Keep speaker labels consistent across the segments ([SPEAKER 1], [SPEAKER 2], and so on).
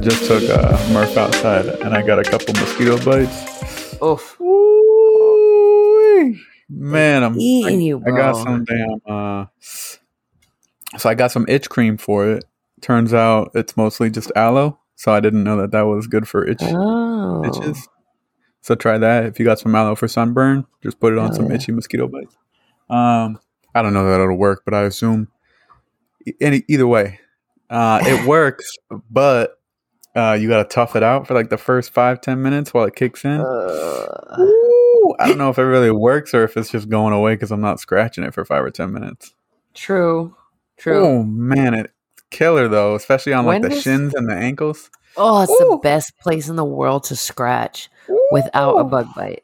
[SPEAKER 1] just took uh, Murph outside and I got a couple mosquito bites.
[SPEAKER 2] Oof.
[SPEAKER 1] Ooh, man, I'm I,
[SPEAKER 2] Eating you,
[SPEAKER 1] I
[SPEAKER 2] bro.
[SPEAKER 1] got some damn. Uh, so I got some itch cream for it. Turns out it's mostly just aloe, so I didn't know that that was good for itch
[SPEAKER 2] Oh.
[SPEAKER 1] itches. So try that if you got some aloe for sunburn. Just put it on
[SPEAKER 2] Oh,
[SPEAKER 1] some
[SPEAKER 2] yeah.
[SPEAKER 1] itchy mosquito bites. Um, I don't know that it'll work, but I assume. e- Any either way, uh, it works, but uh, you gotta tough it out for like the first five ten minutes while it kicks in.
[SPEAKER 2] Uh,
[SPEAKER 1] Ooh, I don't know if it really works or if it's just going away because I'm not scratching it for five or ten minutes.
[SPEAKER 2] true. True.
[SPEAKER 1] Oh man, it killer though, especially on like
[SPEAKER 2] When
[SPEAKER 1] the
[SPEAKER 2] does-
[SPEAKER 1] shins and the ankles.
[SPEAKER 2] Oh, it's the
[SPEAKER 1] Ooh.
[SPEAKER 2] best place in the world to scratch without a
[SPEAKER 1] Ooh.
[SPEAKER 2] bug bite.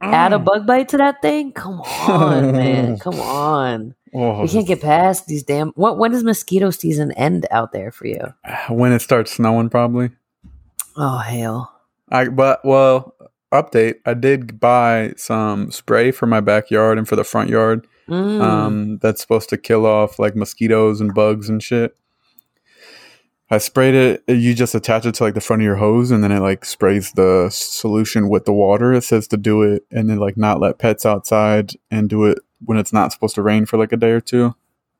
[SPEAKER 2] Add a
[SPEAKER 1] Mm.
[SPEAKER 2] bug bite to that thing? Come on, man. Come on.
[SPEAKER 1] Oh,
[SPEAKER 2] We can't get past these damn. What? When does mosquito season end out there for you?
[SPEAKER 1] when it starts snowing, probably.
[SPEAKER 2] Oh hell!
[SPEAKER 1] I but well, update. I did buy some spray for my backyard and for the front yard.
[SPEAKER 2] Mm.
[SPEAKER 1] Um, that's supposed to kill off like mosquitoes and bugs and shit. I sprayed it. uh, You just attach it to like the front of your hose, and then it like sprays the solution with the water. It says to do it, and then like not let pets outside, and do it when it's not supposed to rain for like a day or two.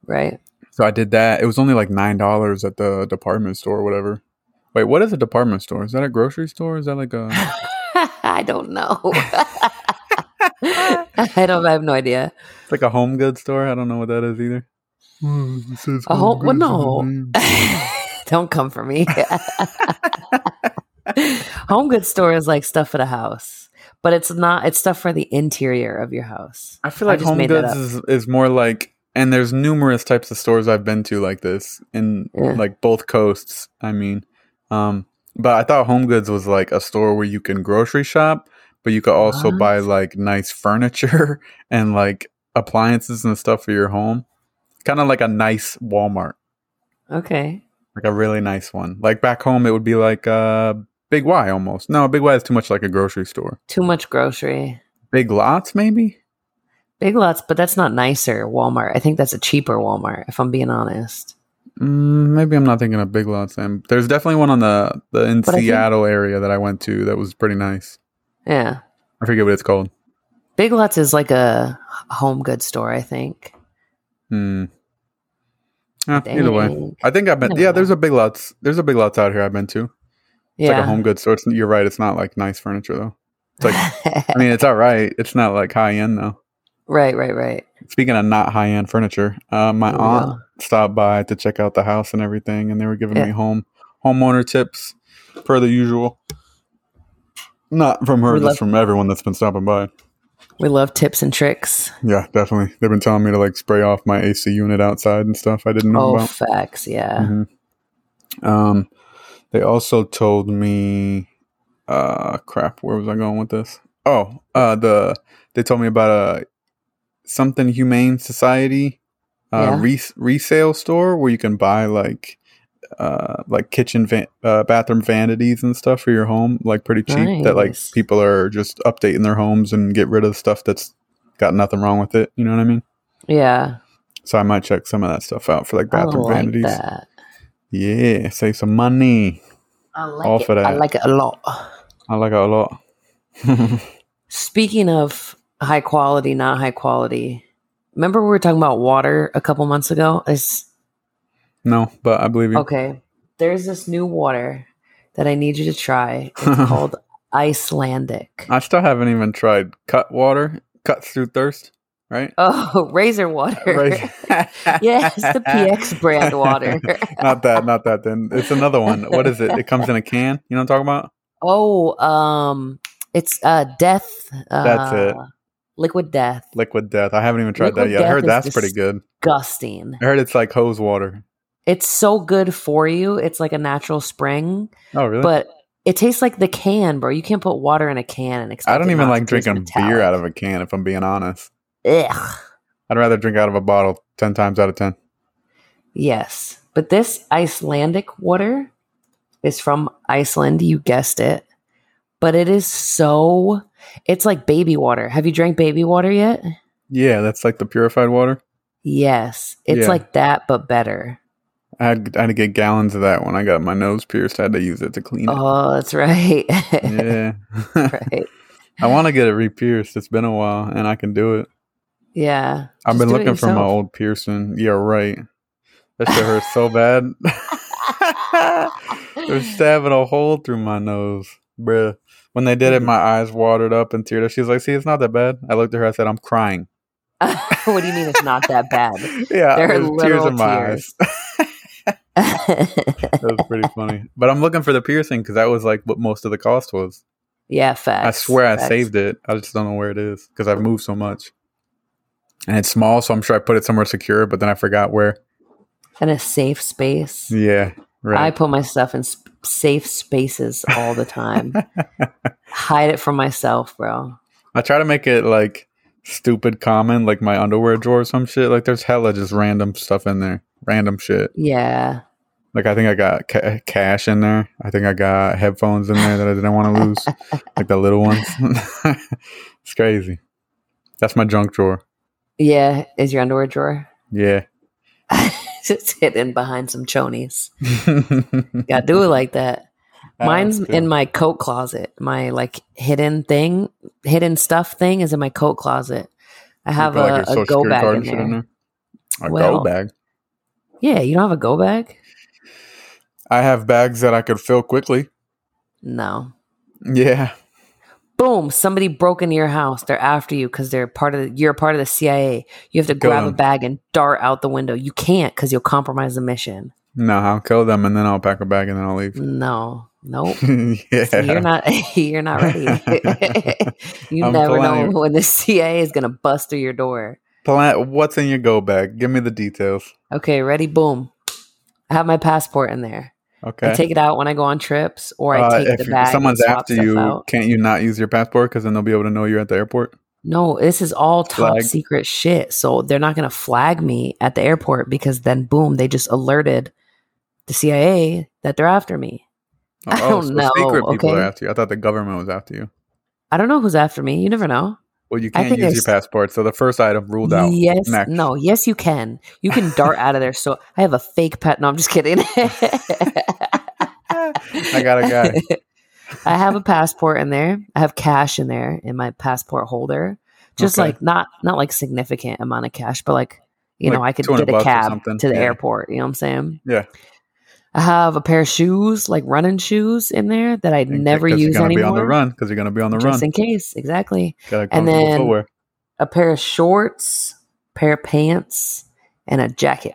[SPEAKER 2] right.
[SPEAKER 1] So I did that. It was only like nine dollars at the department store or whatever. Wait, what is a department store? Is that a grocery store? Is that like a
[SPEAKER 2] I don't know. I don't. I have no idea.
[SPEAKER 1] It's like a home goods store. I don't know what that is either. Hmm, It says
[SPEAKER 2] A home- well,
[SPEAKER 1] goods on the
[SPEAKER 2] no.
[SPEAKER 1] name.
[SPEAKER 2] don't come for me. Home goods store is like stuff for the house, but it's not. It's stuff for the interior of your house.
[SPEAKER 1] I feel like
[SPEAKER 2] just
[SPEAKER 1] home
[SPEAKER 2] made that
[SPEAKER 1] goods
[SPEAKER 2] up.
[SPEAKER 1] is, is more like, and there's numerous types of stores I've been to like this in
[SPEAKER 2] Yeah.
[SPEAKER 1] like both coasts. I mean, um, but I thought home goods was like a store where you can grocery shop, but you could also
[SPEAKER 2] What?
[SPEAKER 1] buy like nice furniture and like appliances and stuff for your home. Kind of like a nice Walmart,
[SPEAKER 2] Okay.
[SPEAKER 1] like a really nice one. Like back home, it would be like uh, Big Y almost. No, Big Y is too much like a grocery store.
[SPEAKER 2] Too much grocery.
[SPEAKER 1] Big Lots, maybe.
[SPEAKER 2] Big Lots, but that's not nicer. Walmart. I think that's a cheaper Walmart. If I'm being honest.
[SPEAKER 1] Mm, maybe I'm not thinking of Big Lots. Then there's definitely one on the, the in
[SPEAKER 2] But I think-
[SPEAKER 1] Seattle area that I went to that was pretty nice.
[SPEAKER 2] Yeah.
[SPEAKER 1] I forget what it's called.
[SPEAKER 2] Big Lots is like a home goods store, I think.
[SPEAKER 1] Hmm. Yeah, either way,
[SPEAKER 2] Dang.
[SPEAKER 1] I think I've been.
[SPEAKER 2] Never
[SPEAKER 1] Yeah, there's a Big Lots. There's a Big Lots out here I've been to. It's
[SPEAKER 2] Yeah.
[SPEAKER 1] like a home goods store. It's, you're right. It's not like nice furniture though. It's like I mean, it's all right. It's not like high end though.
[SPEAKER 2] right, right, right.
[SPEAKER 1] Speaking of not high end furniture, uh, my
[SPEAKER 2] Oh, Yeah.
[SPEAKER 1] aunt stopped by to check out the house and everything, and they were giving
[SPEAKER 2] Yeah.
[SPEAKER 1] me home homeowner tips per the usual. Not from her,
[SPEAKER 2] We
[SPEAKER 1] just
[SPEAKER 2] love-
[SPEAKER 1] from everyone that's been stopping by.
[SPEAKER 2] We love tips and tricks.
[SPEAKER 1] Yeah, definitely. They've been telling me to like spray off my AC unit outside and stuff I didn't know
[SPEAKER 2] Oh,
[SPEAKER 1] about.
[SPEAKER 2] facts. Yeah.
[SPEAKER 1] Mm. Mhm. Um, they also told me, uh, crap. Where was I going with this? Oh, uh, the they told me about a something humane society, uh,
[SPEAKER 2] Yeah.
[SPEAKER 1] res- resale store where you can buy like, uh, like kitchen van- uh, bathroom vanities and stuff for your home, like pretty cheap. That like
[SPEAKER 2] Nice.
[SPEAKER 1] people are just updating their homes and get rid of stuff that's got nothing wrong with it. You know what I mean?
[SPEAKER 2] Yeah.
[SPEAKER 1] So I might check some of that stuff out for like bathroom
[SPEAKER 2] Oh, I like
[SPEAKER 1] vanities.
[SPEAKER 2] that.
[SPEAKER 1] Yeah, save some money.
[SPEAKER 2] I like
[SPEAKER 1] All
[SPEAKER 2] it.
[SPEAKER 1] for
[SPEAKER 2] I
[SPEAKER 1] that.
[SPEAKER 2] like it a lot.
[SPEAKER 1] I like it a lot.
[SPEAKER 2] Speaking of high quality, not high quality, remember we were talking about water a couple months ago? It's
[SPEAKER 1] no, but I believe you.
[SPEAKER 2] Okay. There's this new water that I need you to try. It's called Icelandic.
[SPEAKER 1] I still haven't even tried cut water. Cuts through thirst, right?
[SPEAKER 2] Oh, razor water.
[SPEAKER 1] Right.
[SPEAKER 2] yes, the PX brand water.
[SPEAKER 1] not that, not that. Then it's another one. What is it? It comes in a can. You know what I'm talking about?
[SPEAKER 2] oh, um, it's uh death. Uh,
[SPEAKER 1] That's it.
[SPEAKER 2] Liquid death.
[SPEAKER 1] Liquid death. I haven't even tried
[SPEAKER 2] Liquid
[SPEAKER 1] that yet. I
[SPEAKER 2] death
[SPEAKER 1] heard
[SPEAKER 2] is
[SPEAKER 1] that's
[SPEAKER 2] dis-
[SPEAKER 1] pretty good.
[SPEAKER 2] Disgusting.
[SPEAKER 1] I heard it's like hose water.
[SPEAKER 2] It's so good for you. It's like a natural spring,
[SPEAKER 1] Oh, really?
[SPEAKER 2] but it tastes like the can, bro. You can't put water in a can and expect.
[SPEAKER 1] I don't even like drinking beer out of a can. If I'm being honest,
[SPEAKER 2] it. not to taste metallic. Ugh.
[SPEAKER 1] I'd rather drink out of a bottle ten times out of ten.
[SPEAKER 2] Yes, but this Icelandic water is from Iceland. You guessed it. But it is so, it's like baby water. Have you drank baby water yet?
[SPEAKER 1] Yeah, that's like the purified water.
[SPEAKER 2] Yes. It's
[SPEAKER 1] Yeah.
[SPEAKER 2] like that, but better.
[SPEAKER 1] I had, I had to get gallons of that when I got my nose pierced. I had to use it to clean it.
[SPEAKER 2] Oh, that's right.
[SPEAKER 1] Yeah.
[SPEAKER 2] right.
[SPEAKER 1] I want to get it re-pierced. It's been a while, and I can do it.
[SPEAKER 2] Yeah.
[SPEAKER 1] I've
[SPEAKER 2] Just
[SPEAKER 1] been
[SPEAKER 2] do it
[SPEAKER 1] looking for my
[SPEAKER 2] yourself.
[SPEAKER 1] old piercing. Yeah, right. That shit hurts so bad. They're stabbing a hole through my nose, bruh. When they
[SPEAKER 2] Mm-hmm.
[SPEAKER 1] did it, my eyes watered up and teared up. She was like, "See, it's not that bad." I looked at her. I said, "I'm crying."
[SPEAKER 2] what do you mean it's not that bad?
[SPEAKER 1] Yeah,
[SPEAKER 2] There are
[SPEAKER 1] there's tears
[SPEAKER 2] literal
[SPEAKER 1] in my
[SPEAKER 2] tears.
[SPEAKER 1] eyes. That was pretty funny. But I'm looking for the piercing because that was like what most of the cost was.
[SPEAKER 2] yeah, facts.
[SPEAKER 1] I swear I saved it. I just don't know where it is because I've moved so much. And it's small, so I'm sure I put it somewhere secure, but then I forgot where.
[SPEAKER 2] In a safe space.
[SPEAKER 1] Yeah,
[SPEAKER 2] I
[SPEAKER 1] right.
[SPEAKER 2] put my stuff in sp- safe spaces all the time. Hide it from myself, bro.
[SPEAKER 1] I try to make it like stupid common, like my underwear drawer or some shit. Like there's hella just random stuff in there, random shit.
[SPEAKER 2] Yeah.
[SPEAKER 1] Like I think I got ca- cash in there. I think I got headphones in there that I didn't want to lose, like the little ones. it's crazy. That's my junk drawer.
[SPEAKER 2] Yeah. Is your underwear drawer?
[SPEAKER 1] Yeah.
[SPEAKER 2] it's hidden behind some chonies. Gotta do it like that.
[SPEAKER 1] Ah,
[SPEAKER 2] Mine's in my coat closet. My like hidden thing, hidden stuff thing is in my coat closet. I have
[SPEAKER 1] You put,
[SPEAKER 2] a,
[SPEAKER 1] your Social
[SPEAKER 2] a go
[SPEAKER 1] Security
[SPEAKER 2] bag
[SPEAKER 1] card
[SPEAKER 2] in
[SPEAKER 1] and shit
[SPEAKER 2] there.
[SPEAKER 1] A
[SPEAKER 2] Well-
[SPEAKER 1] go bag.
[SPEAKER 2] Yeah, you don't have a go bag?
[SPEAKER 1] I have bags that I could fill quickly.
[SPEAKER 2] No.
[SPEAKER 1] Yeah.
[SPEAKER 2] Boom! Somebody broke into your house. They're after you because they're part of. The, you're part of the CIA. You have to
[SPEAKER 1] Kill
[SPEAKER 2] grab a
[SPEAKER 1] them.
[SPEAKER 2] bag and dart out the window. You can't because you'll compromise the mission.
[SPEAKER 1] No, I'll kill them and then I'll pack a bag and then I'll leave.
[SPEAKER 2] No, nope.
[SPEAKER 1] yeah.
[SPEAKER 2] You're not. You're not ready. you
[SPEAKER 1] I'm
[SPEAKER 2] never
[SPEAKER 1] telling
[SPEAKER 2] know when the CIA is gonna bust through your door.
[SPEAKER 1] Plant, what's in your go bag? Give me the details.
[SPEAKER 2] Okay, ready? Boom! I have my passport in there.
[SPEAKER 1] Okay.
[SPEAKER 2] I take it out when I go on trips, or I
[SPEAKER 1] Uh,
[SPEAKER 2] take the bag. and
[SPEAKER 1] someone's
[SPEAKER 2] swap
[SPEAKER 1] after
[SPEAKER 2] stuff
[SPEAKER 1] you,
[SPEAKER 2] out.
[SPEAKER 1] can't you not use your passport? Because then they'll be able to know you're at the airport.
[SPEAKER 2] No, this is all top
[SPEAKER 1] Flag.
[SPEAKER 2] secret shit. So they're not going to flag me at the airport because then, boom, they just alerted the CIA that they're after me. I don't know,
[SPEAKER 1] Oh, Secret people are
[SPEAKER 2] okay?
[SPEAKER 1] after you. I thought the government was after you.
[SPEAKER 2] I don't know who's after me. You never know.
[SPEAKER 1] Well, you
[SPEAKER 2] I
[SPEAKER 1] can't
[SPEAKER 2] think
[SPEAKER 1] use your
[SPEAKER 2] there's-
[SPEAKER 1] passport. So the first item ruled out.
[SPEAKER 2] Yes.
[SPEAKER 1] Next.
[SPEAKER 2] No. Yes, you can. You can dart out of there. So I have a fake pet. No, I'm just kidding. I
[SPEAKER 1] got a guy.
[SPEAKER 2] I have a passport in there. I have cash in there in my passport holder. Just
[SPEAKER 1] Okay.
[SPEAKER 2] like not not like significant amount of cash, but like you know,
[SPEAKER 1] Like
[SPEAKER 2] I could
[SPEAKER 1] 200
[SPEAKER 2] get a
[SPEAKER 1] bucks or
[SPEAKER 2] cab
[SPEAKER 1] something.
[SPEAKER 2] to the
[SPEAKER 1] Yeah.
[SPEAKER 2] airport. You know what I'm saying?
[SPEAKER 1] Yeah.
[SPEAKER 2] I have a pair of shoes, like running shoes, in there that I
[SPEAKER 1] In-
[SPEAKER 2] never
[SPEAKER 1] 'cause
[SPEAKER 2] use
[SPEAKER 1] you're gonna
[SPEAKER 2] anymore.
[SPEAKER 1] Be on the run because you're going to be on the
[SPEAKER 2] just
[SPEAKER 1] run.
[SPEAKER 2] in case, exactly.
[SPEAKER 1] Got
[SPEAKER 2] and
[SPEAKER 1] comfortable
[SPEAKER 2] then-
[SPEAKER 1] footwear.
[SPEAKER 2] A pair of shorts, pair of pants, and a jacket.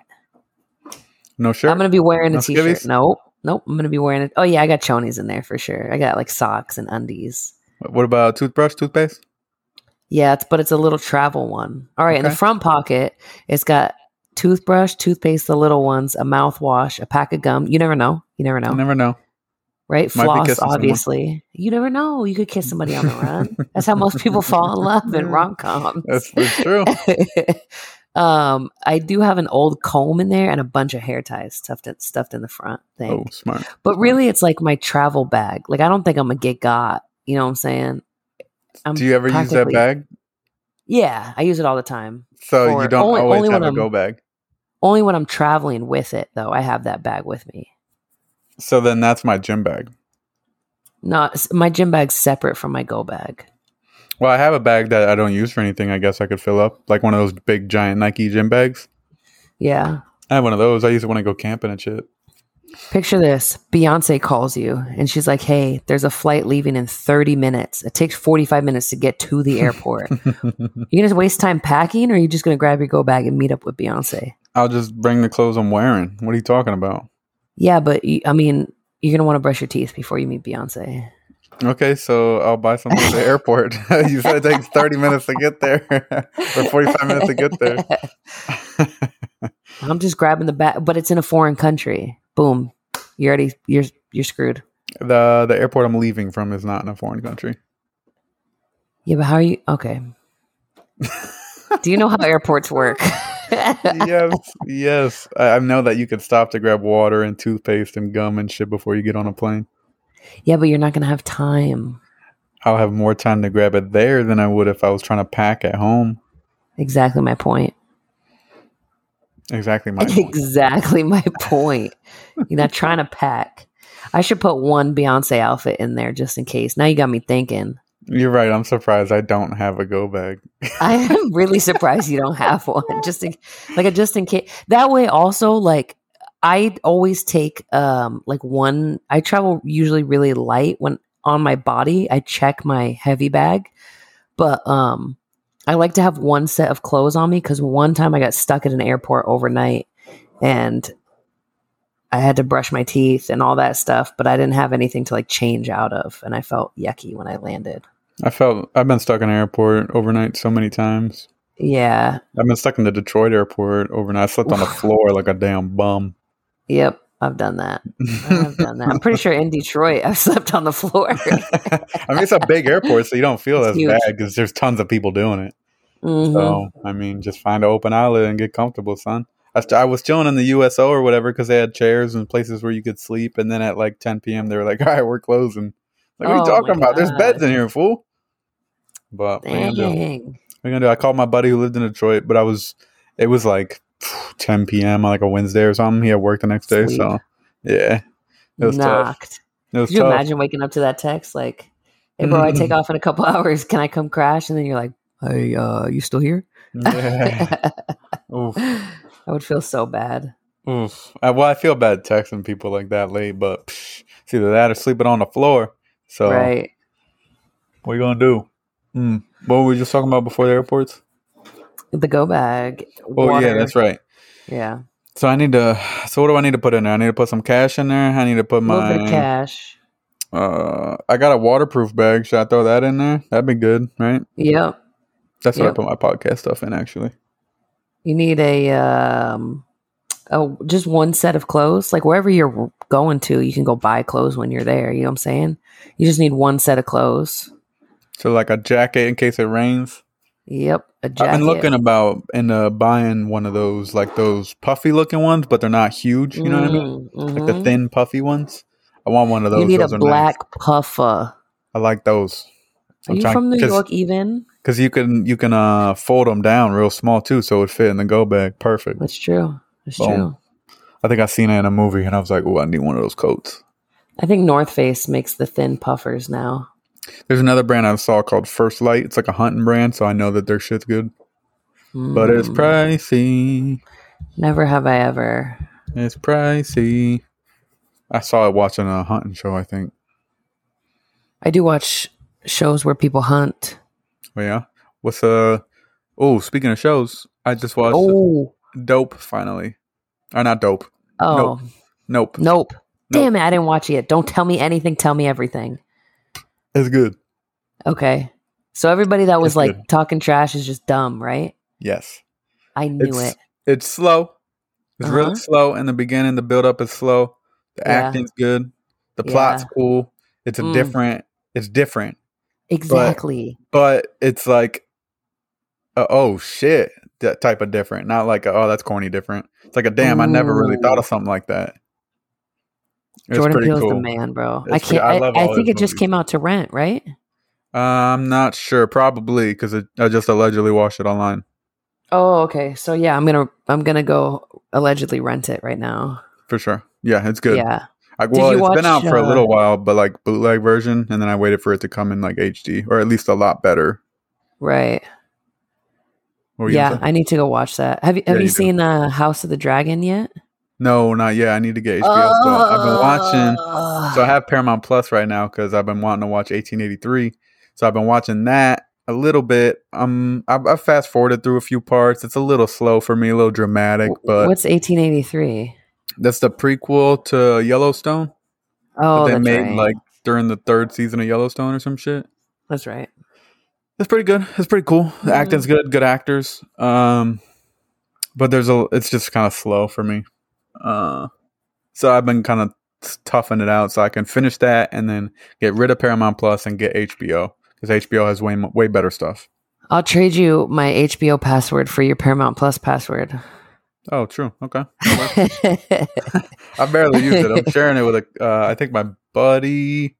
[SPEAKER 1] No shirt.
[SPEAKER 2] I'm gonna be wearing a
[SPEAKER 1] No
[SPEAKER 2] t-shirt.
[SPEAKER 1] skivvies?
[SPEAKER 2] Nope, nope. I'm gonna be wearing it. Oh yeah, I got chonies in there for sure. I got like socks and undies.
[SPEAKER 1] what about toothbrush, toothpaste?
[SPEAKER 2] Yeah, it's, but it's a little travel one. All right, in
[SPEAKER 1] Okay.
[SPEAKER 2] the front pocket, it's got toothbrush, toothpaste, the little ones, a mouthwash, a pack of gum. You never know. You never know.
[SPEAKER 1] You never know.
[SPEAKER 2] right?
[SPEAKER 1] Might be kissing
[SPEAKER 2] Floss,
[SPEAKER 1] someone.
[SPEAKER 2] obviously. You never know. You could kiss somebody on the run. That's how most people fall in love in rom coms.
[SPEAKER 1] That's, that's true.
[SPEAKER 2] um, I do have an old comb in there and a bunch of hair ties stuffed in, stuffed in the front thing.
[SPEAKER 1] oh, smart.
[SPEAKER 2] But really, it's like my travel bag. Like I don't think I'm gonna get got. You know what I'm saying? I'm
[SPEAKER 1] Do you ever use that
[SPEAKER 2] practically-
[SPEAKER 1] bag?
[SPEAKER 2] Yeah, I use it all the time.
[SPEAKER 1] So
[SPEAKER 2] for-
[SPEAKER 1] you don't
[SPEAKER 2] only-
[SPEAKER 1] always
[SPEAKER 2] only
[SPEAKER 1] have
[SPEAKER 2] when
[SPEAKER 1] a
[SPEAKER 2] I'm-
[SPEAKER 1] go bag.
[SPEAKER 2] Only when I'm traveling with it, though. I have that bag with me.
[SPEAKER 1] So then that's my gym bag.
[SPEAKER 2] Not my gym bag's separate from my go bag.
[SPEAKER 1] Well, I have a bag that I don't use for anything. I guess I could fill up like one of those big giant Nike gym bags.
[SPEAKER 2] Yeah.
[SPEAKER 1] I have one of those. I use it when I go camping and shit.
[SPEAKER 2] Picture this Beyonce calls you and she's like, Hey, there's a flight leaving in 30 minutes. It takes 45 minutes to get to the airport. you going to waste time packing or are you just going to grab your go bag and meet up with Beyonce?
[SPEAKER 1] I'll just bring the clothes I'm wearing. What are you talking about?
[SPEAKER 2] Yeah, but you, I mean, you're going to want to brush your teeth before you meet Beyonce.
[SPEAKER 1] Okay, so I'll buy something at the airport. you said it takes 30 minutes to get there or 45 minutes to get there.
[SPEAKER 2] I'm just grabbing the bag, but it's in a foreign country. Boom. You're already, you're, you're screwed.
[SPEAKER 1] The the airport I'm leaving from is not in a foreign country.
[SPEAKER 2] Yeah, but how are you? Okay. Do you know how airports work?
[SPEAKER 1] yes, yes. I, I know that you could stop to grab water and toothpaste and gum and shit before you get on a plane.
[SPEAKER 2] yeah, but you're not going to have time.
[SPEAKER 1] I'll have more time to grab it there than I would if I was trying to pack at home.
[SPEAKER 2] Exactly my point.
[SPEAKER 1] Exactly my point.
[SPEAKER 2] Exactly my point. You're not trying to pack. I should put one Beyonce outfit in there just in case. Now you got me thinking.
[SPEAKER 1] You're right. I'm surprised I don't have a go bag.
[SPEAKER 2] I am really surprised you don't have one. Just in, like a just in case. That way, also like I always take um like one. I travel usually really light when on my body. I check my heavy bag, but um I like to have one set of clothes on me because one time I got stuck at an airport overnight and I had to brush my teeth and all that stuff, but I didn't have anything to like change out of, and I felt yucky when I landed.
[SPEAKER 1] I felt I've been stuck in an airport overnight so many times.
[SPEAKER 2] Yeah.
[SPEAKER 1] I've been stuck in the Detroit airport overnight. I slept on the floor like a damn bum.
[SPEAKER 2] Yep. I've done that. I've done that. I'm pretty sure in Detroit I've slept on the floor.
[SPEAKER 1] I mean, it's a big airport, so you don't feel
[SPEAKER 2] It's
[SPEAKER 1] as
[SPEAKER 2] huge.
[SPEAKER 1] bad because there's tons of people doing it.
[SPEAKER 2] Mhm.
[SPEAKER 1] So I mean, just find an open island and get comfortable, son. I, st- I was chilling in the USO or whatever because they had chairs and places where you could sleep. And then at like 10 p.m., they were like, "All right, we're closing." Like, what are you
[SPEAKER 2] Oh,
[SPEAKER 1] talking
[SPEAKER 2] my
[SPEAKER 1] about? There's
[SPEAKER 2] God.
[SPEAKER 1] beds in here, fool. But what are you gonna do?
[SPEAKER 2] Dang.
[SPEAKER 1] What are you gonna do? I called my buddy who lived in Detroit, but I was it was like 10 p.m. on like a Wednesday or something. He had work the next day,
[SPEAKER 2] Sleep.
[SPEAKER 1] so yeah, it was tough.
[SPEAKER 2] Knocked.
[SPEAKER 1] It was
[SPEAKER 2] Could you
[SPEAKER 1] tough. Mm-hmm.
[SPEAKER 2] imagine waking up to that text like, "Hey, bro, I take off in a couple hours. Can I come crash?" And then you're like, "Hey, uh, you still here?"
[SPEAKER 1] Yeah. Oof.
[SPEAKER 2] I would feel so bad.
[SPEAKER 1] Oof. I, well, I feel bad texting people like that late, but psh, it's either that or sleeping on the floor. So
[SPEAKER 2] Right.
[SPEAKER 1] what you gonna do? Mm. What were we just talking about before the airports?
[SPEAKER 2] The go bag.
[SPEAKER 1] Oh
[SPEAKER 2] water.
[SPEAKER 1] yeah, that's right.
[SPEAKER 2] Yeah.
[SPEAKER 1] So I need to. So what do I need to put in there? I need to put some cash in there. I need to put
[SPEAKER 2] A
[SPEAKER 1] my.
[SPEAKER 2] little bit of cash.
[SPEAKER 1] Uh, I got a waterproof bag. Should I throw that in there? That'd be good, right?
[SPEAKER 2] Yep.
[SPEAKER 1] That's
[SPEAKER 2] Yep.
[SPEAKER 1] what I put my podcast stuff in, actually.
[SPEAKER 2] You need a um, a just one set of clothes. Like wherever you're going to, you can go buy clothes when you're there. You know what I'm saying? You just need one set of clothes.
[SPEAKER 1] So like a jacket in case it rains.
[SPEAKER 2] Yep. A jacket.
[SPEAKER 1] I've been looking about and uh, buying one of those like those puffy looking ones, but they're not huge. You know what I mean?
[SPEAKER 2] Mm,
[SPEAKER 1] Like the
[SPEAKER 2] mhm.
[SPEAKER 1] thin puffy ones. I want one of those.
[SPEAKER 2] You need a
[SPEAKER 1] those are nice.
[SPEAKER 2] black puffer.
[SPEAKER 1] I like those.
[SPEAKER 2] Are you
[SPEAKER 1] trying-
[SPEAKER 2] from New
[SPEAKER 1] cause,
[SPEAKER 2] York even?
[SPEAKER 1] Because you can you can uh fold them down real small too, so it would fit in the go bag perfect.
[SPEAKER 2] That's true. That's
[SPEAKER 1] Boom.
[SPEAKER 2] true.
[SPEAKER 1] I think I seen it in a movie, and I was like, "Oh, I need one of those coats."
[SPEAKER 2] I think North Face makes the thin puffers now.
[SPEAKER 1] There's another brand I saw called First Light. It's like a hunting brand, so I know that their shit's good, but it's
[SPEAKER 2] Mm,
[SPEAKER 1] pricey.
[SPEAKER 2] Never have I ever.
[SPEAKER 1] It's pricey. I saw it watching a hunting show. I think.
[SPEAKER 2] I do watch shows where people hunt.
[SPEAKER 1] Oh, yeah. What's uh? Oh, speaking of shows, I just watched
[SPEAKER 2] Oh,
[SPEAKER 1] Dope finally. Or not Dope.
[SPEAKER 2] oh,
[SPEAKER 1] Nope.
[SPEAKER 2] nope.
[SPEAKER 1] Nope. Nope.
[SPEAKER 2] Damn it! I didn't watch it. yet. Don't tell me anything. Tell me everything.
[SPEAKER 1] It's good.
[SPEAKER 2] Okay. So everybody that was
[SPEAKER 1] It's
[SPEAKER 2] like talking trash is just dumb, right?
[SPEAKER 1] Yes.
[SPEAKER 2] I knew
[SPEAKER 1] It's-
[SPEAKER 2] it.
[SPEAKER 1] It's slow. It's
[SPEAKER 2] Uh-huh.
[SPEAKER 1] really slow in the beginning. The build up is slow. The
[SPEAKER 2] Yeah.
[SPEAKER 1] acting's good. The plot's
[SPEAKER 2] Yeah.
[SPEAKER 1] cool. It's a
[SPEAKER 2] Mm.
[SPEAKER 1] different. It's different,
[SPEAKER 2] Exactly.
[SPEAKER 1] but it's like, a, oh shit, that type of different. Not like a, oh that's corny different. It's like a damn. I never really thought of
[SPEAKER 2] Ooh.
[SPEAKER 1] something like that. It's
[SPEAKER 2] Jordan
[SPEAKER 1] pretty
[SPEAKER 2] Peele's
[SPEAKER 1] cool.
[SPEAKER 2] the man, bro. I
[SPEAKER 1] It's pretty-
[SPEAKER 2] can't.
[SPEAKER 1] I
[SPEAKER 2] I,
[SPEAKER 1] love
[SPEAKER 2] I,
[SPEAKER 1] all
[SPEAKER 2] think
[SPEAKER 1] his
[SPEAKER 2] it just
[SPEAKER 1] movies.
[SPEAKER 2] came out to rent, right?
[SPEAKER 1] Uh, I'm not sure. Probably because I just allegedly watched it online.
[SPEAKER 2] Oh, okay. So yeah, I'm gonna I'm gonna go allegedly rent it right now.
[SPEAKER 1] For sure. Yeah, it's good.
[SPEAKER 2] Yeah.
[SPEAKER 1] Like,
[SPEAKER 2] Did
[SPEAKER 1] well,
[SPEAKER 2] you
[SPEAKER 1] it's been out
[SPEAKER 2] watch,
[SPEAKER 1] for a
[SPEAKER 2] uh,
[SPEAKER 1] little while, but like bootleg version, and then I waited for it to come in like HD or at least a lot better.
[SPEAKER 2] Right.
[SPEAKER 1] What were you gonna
[SPEAKER 2] Yeah,
[SPEAKER 1] say?
[SPEAKER 2] I need to go watch that. Have you have
[SPEAKER 1] Yeah,
[SPEAKER 2] you
[SPEAKER 1] you do.
[SPEAKER 2] seen uh, House of the Dragon yet?
[SPEAKER 1] No, not yet. I need to get HBO stuff. I've been watching.
[SPEAKER 2] Ah. Oh.
[SPEAKER 1] So I have Paramount Plus right now because I've been wanting to watch 1883. So I've been watching that a little bit. Um, I, I fast forwarded through a few parts. It's a little slow for me, a little dramatic, but
[SPEAKER 2] What's 1883?
[SPEAKER 1] that's the prequel to Yellowstone
[SPEAKER 2] Oh,
[SPEAKER 1] that they
[SPEAKER 2] that's
[SPEAKER 1] made
[SPEAKER 2] right.
[SPEAKER 1] like during the third season of Yellowstone or some shit.
[SPEAKER 2] that's right.
[SPEAKER 1] It's pretty good. It's pretty cool. The acting's good. Good actors. Um, but there's a. It's just kind of slow for me. Uh, so I've been kind of toughing it out so I can finish that and then get rid of Paramount Plus and get HBO because HBO has way mo- way better stuff.
[SPEAKER 2] I'll trade you my HBO password for your Paramount Plus password.
[SPEAKER 1] Oh, true. Okay.
[SPEAKER 2] oh,
[SPEAKER 1] I barely use it. I'm sharing it with a. Uh, I think my buddy,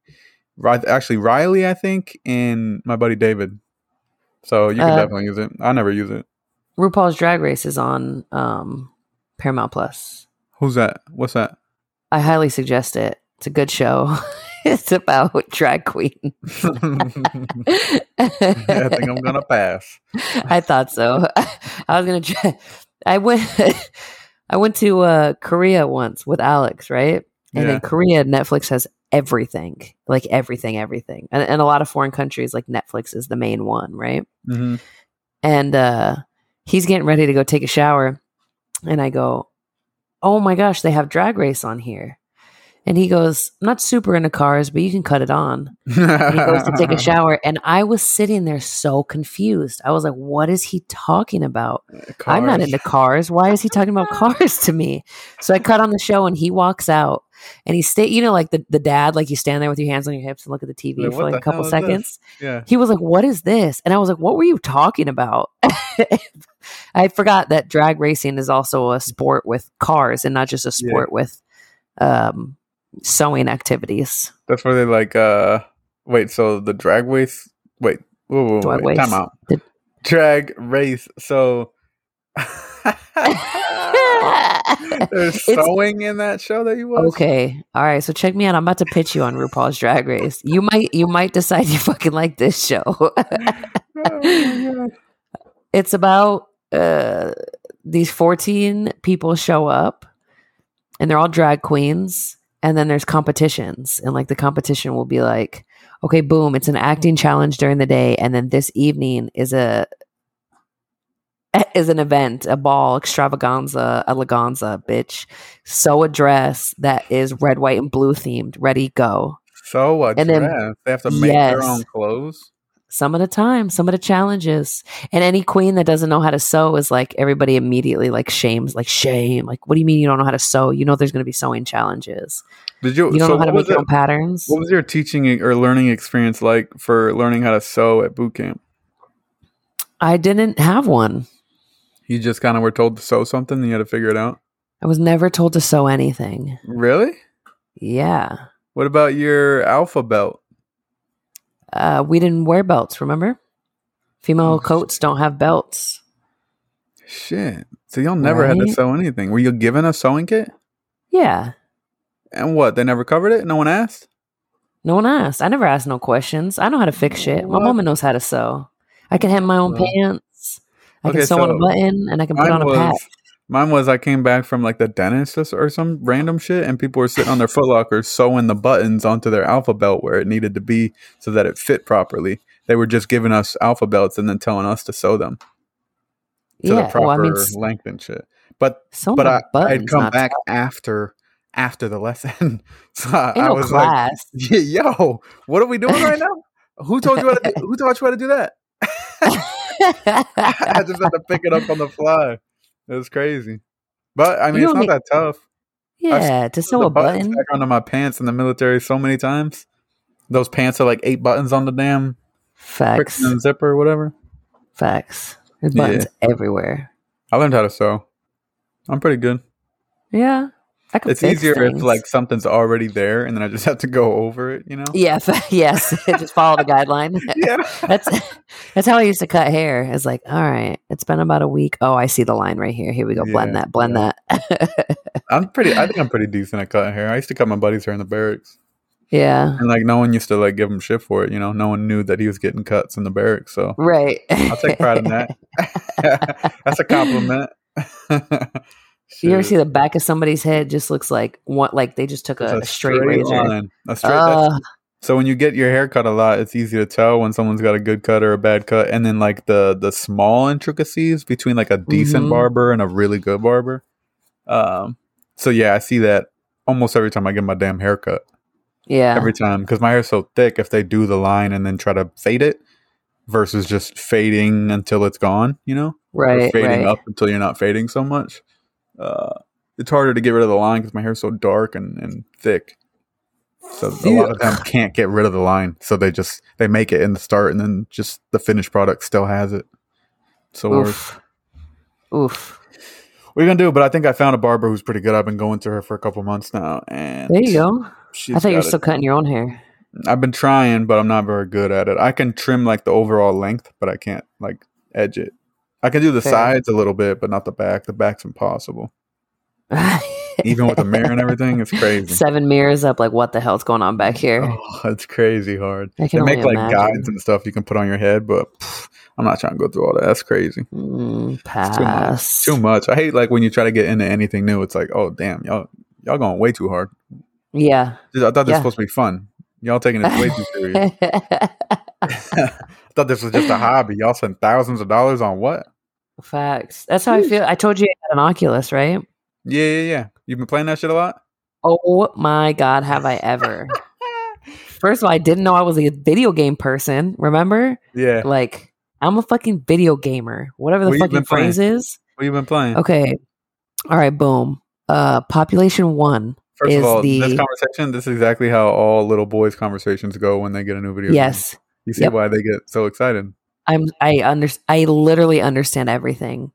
[SPEAKER 1] Ri- actually Riley, I think, and my buddy David. So you can
[SPEAKER 2] Uh,
[SPEAKER 1] definitely use it. I never use it.
[SPEAKER 2] RuPaul's Drag Race is on um, Paramount Plus.
[SPEAKER 1] Who's that? What's that?
[SPEAKER 2] I highly suggest it. It's a good show. it's about drag queen.
[SPEAKER 1] I
[SPEAKER 2] I
[SPEAKER 1] think I'm gonna pass.
[SPEAKER 2] thought so. I was gonna try. I went. I went to uh, Korea once with Alex, right? And
[SPEAKER 1] Yeah.
[SPEAKER 2] in Korea, Netflix has everything, like everything, everything, and, and a lot of foreign countries, like Netflix is the main one, right?
[SPEAKER 1] Mhm.
[SPEAKER 2] and uh, he's getting ready to go take a shower and i go oh my gosh they have drag race on here and he goes i'm not super into cars but you can cut it on and he goes to take a shower and i was sitting there so confused i was like what is he talking about i'm not
[SPEAKER 1] Cars.
[SPEAKER 2] into cars why is he talking about cars to me so i cut on the show and he walks out and he stay you know like the, the dad like you stand there with your hands on your hips and look at the tv
[SPEAKER 1] Like,
[SPEAKER 2] for
[SPEAKER 1] what
[SPEAKER 2] like
[SPEAKER 1] the
[SPEAKER 2] a couple
[SPEAKER 1] hell is this?
[SPEAKER 2] seconds
[SPEAKER 1] Yeah.
[SPEAKER 2] he was like, "What is this?" And I was like, "What were you talking about?" I forgot that drag racing is also a sport with cars and not just a
[SPEAKER 1] Yeah.
[SPEAKER 2] sport with um, sewing activities.
[SPEAKER 1] That's where they like uh wait, so the drag race wait, whoa, whoa, whoa,
[SPEAKER 2] Drag
[SPEAKER 1] wait, time
[SPEAKER 2] race.
[SPEAKER 1] out.
[SPEAKER 2] The-
[SPEAKER 1] Drag race. So there's
[SPEAKER 2] It's-
[SPEAKER 1] sewing in that show that you watched?
[SPEAKER 2] okay, all right. So check me out. I'm about to pitch you on RuPaul's Drag Race. You might you might decide you fucking like this show.
[SPEAKER 1] Oh my God.
[SPEAKER 2] it's about uh, these 14 people show up and they're all drag queens and then there's competitions and like the competition will be like okay boom it's an acting challenge during the day and then this evening is a is an event a ball extravaganza eleganza bitch sew a dress that is red white and blue themed ready go
[SPEAKER 1] So a
[SPEAKER 2] And then-
[SPEAKER 1] dress. They have to make their
[SPEAKER 2] Yes.
[SPEAKER 1] own clothes.
[SPEAKER 2] some of the time, some of the challenges. And any queen that doesn't know how to sew is like everybody immediately like shames, like shame. Like, what do you mean you don't know how to sew? You know there's gonna be sewing challenges.
[SPEAKER 1] Did you,
[SPEAKER 2] You don't
[SPEAKER 1] so
[SPEAKER 2] know how to
[SPEAKER 1] what was
[SPEAKER 2] make your
[SPEAKER 1] it-
[SPEAKER 2] own patterns.
[SPEAKER 1] What was your teaching e, or learning experience like for learning how to sew at boot camp?
[SPEAKER 2] I didn't have one.
[SPEAKER 1] You just kind of were told to sew something and you had to figure it out.
[SPEAKER 2] I was never told to sew anything.
[SPEAKER 1] Really?
[SPEAKER 2] Yeah.
[SPEAKER 1] What about your alpha belt?
[SPEAKER 2] Uh, we didn't wear belts, remember? Female
[SPEAKER 1] Mm.
[SPEAKER 2] coats don't have belts.
[SPEAKER 1] Shit. So y'all never had to
[SPEAKER 2] Right?
[SPEAKER 1] sew anything. Were you given a sewing kit?
[SPEAKER 2] Yeah.
[SPEAKER 1] And what? They never covered it? No one asked?
[SPEAKER 2] No one asked. I never asked no questions. I know how to fix shit. My
[SPEAKER 1] What?
[SPEAKER 2] mama knows how to sew. I can hem my own
[SPEAKER 1] Well.
[SPEAKER 2] pants. I can
[SPEAKER 1] Okay,
[SPEAKER 2] sew on a
[SPEAKER 1] so
[SPEAKER 2] button and I can put on a
[SPEAKER 1] was
[SPEAKER 2] pack.
[SPEAKER 1] mine was I came back from like the dentist or s- or some random shit and people were sitting on their footlockers sewing the buttons onto their alpha belt where it needed to be so that it fit properly. They were just giving us alpha belts and then telling us to sew them. to the proper
[SPEAKER 2] s-
[SPEAKER 1] length and shit. But
[SPEAKER 2] sewing
[SPEAKER 1] but
[SPEAKER 2] a
[SPEAKER 1] I I had
[SPEAKER 2] button's
[SPEAKER 1] come
[SPEAKER 2] not
[SPEAKER 1] back
[SPEAKER 2] tough.
[SPEAKER 1] after after the lesson, so I,
[SPEAKER 2] Ain't
[SPEAKER 1] I
[SPEAKER 2] no
[SPEAKER 1] was like,
[SPEAKER 2] class.
[SPEAKER 1] "Yeah, "Yo, what are we doing right now? Who told you how to do, who taught you how to do that?" I just had to pick it up on the fly. It was crazy, but I mean,
[SPEAKER 2] You
[SPEAKER 1] it's not
[SPEAKER 2] only-
[SPEAKER 1] that tough.
[SPEAKER 2] yeah, to sew
[SPEAKER 1] the
[SPEAKER 2] a
[SPEAKER 1] buttons
[SPEAKER 2] button.
[SPEAKER 1] back onto my pants in the military so many times. Those pants are like eight buttons on the damn
[SPEAKER 2] Facts.
[SPEAKER 1] friction zipper, or whatever.
[SPEAKER 2] Facts. There's
[SPEAKER 1] Yeah.
[SPEAKER 2] buttons everywhere.
[SPEAKER 1] I learned how to sew. I'm pretty good.
[SPEAKER 2] Yeah. I can
[SPEAKER 1] It's
[SPEAKER 2] fix
[SPEAKER 1] easier
[SPEAKER 2] things.
[SPEAKER 1] if like something's already there, and then I just have to go over it. You know?
[SPEAKER 2] Yeah, fa- yes. Just follow the guideline. that's that's how I used to cut hair. It's like, all right, it's been about a week. Oh, I see the line right here. Here we go. Blend
[SPEAKER 1] Yeah,
[SPEAKER 2] that, blend that.
[SPEAKER 1] I'm pretty. I think I'm pretty decent at cutting hair. I used to cut my buddy's hair in the barracks,
[SPEAKER 2] yeah.
[SPEAKER 1] and like no one used to like give him shit for it. You know, no one knew that he was getting cuts in the barracks. So
[SPEAKER 2] Right.
[SPEAKER 1] I'll take pride in that. That's a compliment.
[SPEAKER 2] You ever
[SPEAKER 1] Shit.
[SPEAKER 2] see the back of somebody's head just looks like what like they just took
[SPEAKER 1] It's
[SPEAKER 2] a, a straight, razor.
[SPEAKER 1] line. A straight. that's-
[SPEAKER 2] Uh,
[SPEAKER 1] So when you get your hair cut a lot, it's easy to tell when someone's got a good cut or a bad cut, and then like the the small intricacies between like a decent
[SPEAKER 2] Mhm.
[SPEAKER 1] barber and a really good barber. Um, so yeah, I see that almost every time I get my damn haircut.
[SPEAKER 2] yeah.
[SPEAKER 1] Every time because my hair's so thick, if they do the line and then try to fade it, versus just fading until it's gone, you know, Or
[SPEAKER 2] right.
[SPEAKER 1] fading
[SPEAKER 2] right.
[SPEAKER 1] up until you're not fading so much. Uh, it's harder to get rid of the line because my hair's so dark and, and thick. So a lot of them can't get rid of the line, so they just they make it in the start, and then just the finished product still has it. So we're,
[SPEAKER 2] Oof. Oof.
[SPEAKER 1] what are you gonna do? But I think I found a barber who's pretty good. I've been going to her for a couple months now, and
[SPEAKER 2] There you go.
[SPEAKER 1] she's
[SPEAKER 2] I thought you
[SPEAKER 1] got
[SPEAKER 2] were
[SPEAKER 1] it
[SPEAKER 2] still cutting your own hair.
[SPEAKER 1] I've been trying, but I'm not very good at it. I can trim like the overall length, but I can't like edge it. I can do the
[SPEAKER 2] Fair.
[SPEAKER 1] sides a little bit, but not the back. The back's impossible. even with the mirror and everything. It's crazy.
[SPEAKER 2] Seven mirrors up, like what the hell's going on back here?
[SPEAKER 1] Oh, it's crazy hard.
[SPEAKER 2] I
[SPEAKER 1] They
[SPEAKER 2] can only
[SPEAKER 1] make like
[SPEAKER 2] imagine.
[SPEAKER 1] guides and stuff you can put on your head, but pff, I'm not trying to go through all that. That's crazy.
[SPEAKER 2] Mm,
[SPEAKER 1] It's too much.
[SPEAKER 2] pass.
[SPEAKER 1] Too much. I hate like when you try to get into anything new. It's like, oh damn, y'all y'all going way too hard.
[SPEAKER 2] Yeah.
[SPEAKER 1] I thought this
[SPEAKER 2] Yeah.
[SPEAKER 1] was supposed to be fun. Y'all taking it way too serious. I thought this was just a hobby. Y'all spent thousands of dollars on what?
[SPEAKER 2] Facts. That's how I feel. I told you I had an Oculus, right?
[SPEAKER 1] Yeah, yeah, yeah. You've been playing that shit a lot.
[SPEAKER 2] Oh my God, have I ever? First of all, I didn't know I was a video game person. Remember?
[SPEAKER 1] Yeah.
[SPEAKER 2] Like, I'm a fucking video gamer, whatever the
[SPEAKER 1] What you
[SPEAKER 2] fucking
[SPEAKER 1] been playing?
[SPEAKER 2] phrase is.
[SPEAKER 1] What you been playing?
[SPEAKER 2] Okay. All right, boom. Uh, population one.
[SPEAKER 1] First
[SPEAKER 2] is
[SPEAKER 1] of all, this
[SPEAKER 2] the-
[SPEAKER 1] conversation, this is exactly how all little boys' conversations go when they get a new video. game.
[SPEAKER 2] Yes.
[SPEAKER 1] You see
[SPEAKER 2] Yep.
[SPEAKER 1] why they get so excited.
[SPEAKER 2] I'm I under I literally understand everything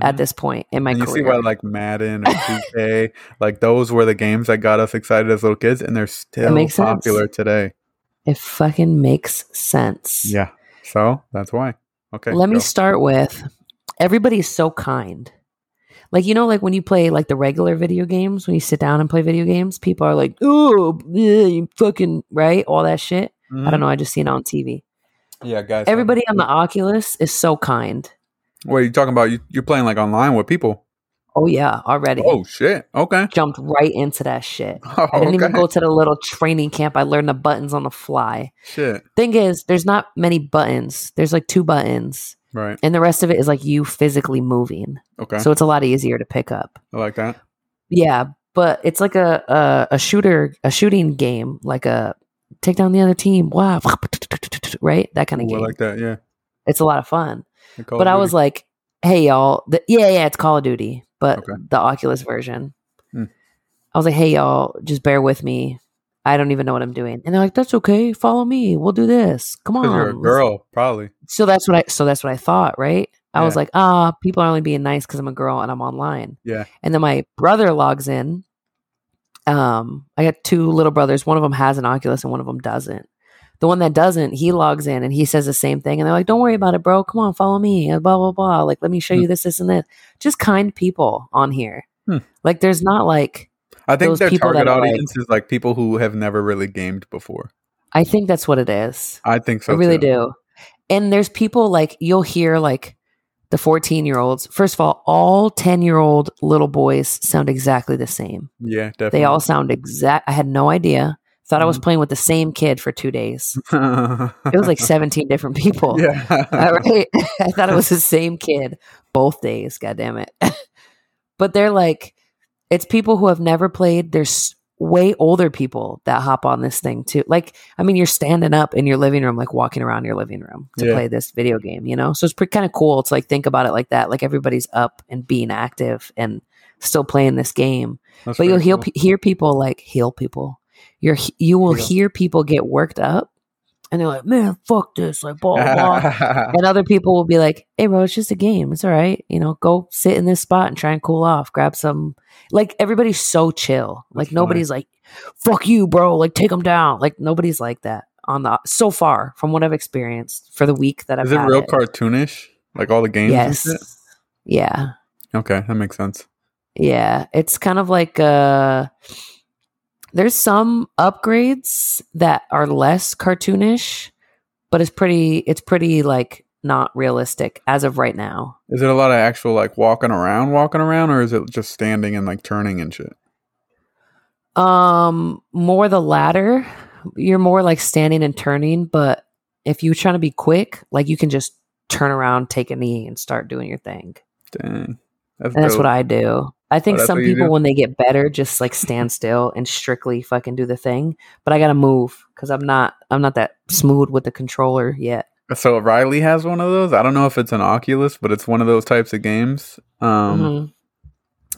[SPEAKER 2] at
[SPEAKER 1] Mhm.
[SPEAKER 2] this point in my
[SPEAKER 1] and you
[SPEAKER 2] career.
[SPEAKER 1] see why like Madden or 2K, like those were the games that got us excited as little kids and they're still
[SPEAKER 2] makes sense.
[SPEAKER 1] popular today.
[SPEAKER 2] it fucking makes sense.
[SPEAKER 1] Yeah. So that's why. Okay.
[SPEAKER 2] Let me
[SPEAKER 1] go.
[SPEAKER 2] start with everybody's so kind. Like you know, like when you play like the regular video games, when you sit down and play video games, people are like, "Oh, yeah, you fucking right," all that shit.
[SPEAKER 1] Mm-hmm.
[SPEAKER 2] I don't know. I just seen it on TV.
[SPEAKER 1] Mhm. Yeah, guys.
[SPEAKER 2] Everybody on the Oculus is so kind.
[SPEAKER 1] Wait, you talking about you, you're playing like online with people?
[SPEAKER 2] Oh yeah, already
[SPEAKER 1] Oh shit. Okay.
[SPEAKER 2] jumped right into that shit.
[SPEAKER 1] Oh,
[SPEAKER 2] I didn't even
[SPEAKER 1] okay.
[SPEAKER 2] go to the little training camp. I learned the buttons on the fly.
[SPEAKER 1] Shit.
[SPEAKER 2] thing is there's not many buttons there's like two buttons
[SPEAKER 1] Right.
[SPEAKER 2] and the rest of it is like you physically moving
[SPEAKER 1] Okay.
[SPEAKER 2] so it's a lot easier to pick up
[SPEAKER 1] I like that.
[SPEAKER 2] yeah but it's like a a, a shooter a shooting game like a take down the other team wow right that kind of
[SPEAKER 1] Ooh, I
[SPEAKER 2] game
[SPEAKER 1] like that. Yeah.
[SPEAKER 2] it's a lot of fun
[SPEAKER 1] The Call
[SPEAKER 2] but
[SPEAKER 1] of
[SPEAKER 2] i
[SPEAKER 1] Duty.
[SPEAKER 2] was like hey y'all the, yeah yeah it's call of duty but
[SPEAKER 1] Okay.
[SPEAKER 2] the oculus version
[SPEAKER 1] Hmm.
[SPEAKER 2] i was like hey y'all just bear with me i don't even know what i'm doing and they're like that's okay follow me we'll do this come on
[SPEAKER 1] 'Cause you're a
[SPEAKER 2] let's
[SPEAKER 1] girl, probably.
[SPEAKER 2] so that's what I so that's what I thought, right? I was
[SPEAKER 1] Yeah.
[SPEAKER 2] like, ah, people are only being nice because I'm a girl and I'm online.
[SPEAKER 1] Yeah.
[SPEAKER 2] And then my brother logs in. Um, I got two little brothers. One of them has an Oculus and one of them doesn't. The one that doesn't, he logs in and he says the same thing. And they're like, don't worry about it, bro. Come on, follow me. And blah, blah, blah. Like, let me show you this, this, and this. Just kind people on here.
[SPEAKER 1] Hmm.
[SPEAKER 2] Like, there's not like,
[SPEAKER 1] I think
[SPEAKER 2] those
[SPEAKER 1] their
[SPEAKER 2] people that
[SPEAKER 1] target
[SPEAKER 2] are, like-
[SPEAKER 1] audience is like people who have never really gamed before.
[SPEAKER 2] I think that's what it is.
[SPEAKER 1] I think so.
[SPEAKER 2] I really
[SPEAKER 1] too.
[SPEAKER 2] do. And there's people like you'll hear like the 14 year olds. First of all, all 10 year old little boys sound exactly the same.
[SPEAKER 1] Yeah, definitely. Mm.
[SPEAKER 2] They all sound exact. I had no idea. Thought I was playing with the same kid for two days. It was like 17 different people.
[SPEAKER 1] yeah.
[SPEAKER 2] All right. I thought it was the same kid both days. God damn it. but they're like, it's people who have never played. There's way older people that hop on this thing too. Like, I mean, you're standing up in your living room, like walking around your living room to
[SPEAKER 1] Yeah.
[SPEAKER 2] play this video game, you know? So it's pretty kind of cool to like think about it like that. Like everybody's up and being active and still playing this game.
[SPEAKER 1] That's
[SPEAKER 2] but you'll
[SPEAKER 1] pretty
[SPEAKER 2] heal,
[SPEAKER 1] cool.
[SPEAKER 2] pe hear people like heal people. You're, you will
[SPEAKER 1] Yeah.
[SPEAKER 2] hear people get worked up and they're like, man, fuck this. Like, blah, blah, blah and other people will be like, "Hey, bro, it's just a game. It's all right. You know, go sit in this spot and try and cool off. Grab some." Like everybody's so chill. Like
[SPEAKER 1] That's
[SPEAKER 2] nobody's like, "Fuck you, bro. Like take them down." Like nobody's like that on the so far from what I've experienced for the week that I've
[SPEAKER 1] is it
[SPEAKER 2] had
[SPEAKER 1] real cartoonish? Like all the games? and
[SPEAKER 2] Yes.
[SPEAKER 1] shit?
[SPEAKER 2] Yeah.
[SPEAKER 1] Okay, that makes sense.
[SPEAKER 2] Yeah, it's kind of like uh there's some upgrades that are less cartoonish, but it's pretty it's pretty like not realistic as of right now.
[SPEAKER 1] Is it a lot of actual like walking around, walking around, or is it just standing and like turning and shit?
[SPEAKER 2] Um, more the latter. You're more like standing and turning, but if you're trying to be quick, like you can just turn around, take a knee, and start doing your thing.
[SPEAKER 1] Dang.
[SPEAKER 2] And that's
[SPEAKER 1] dope.
[SPEAKER 2] what I do. I think
[SPEAKER 1] Oh, that's
[SPEAKER 2] some
[SPEAKER 1] what you
[SPEAKER 2] people,
[SPEAKER 1] do?
[SPEAKER 2] when they get better, just like stand still and strictly fucking do the thing. But I gotta move because I'm not I'm not that smooth with the controller yet.
[SPEAKER 1] So Riley has one of those. I don't know if it's an Oculus, but it's one of those types of games. Um,
[SPEAKER 2] Mhm.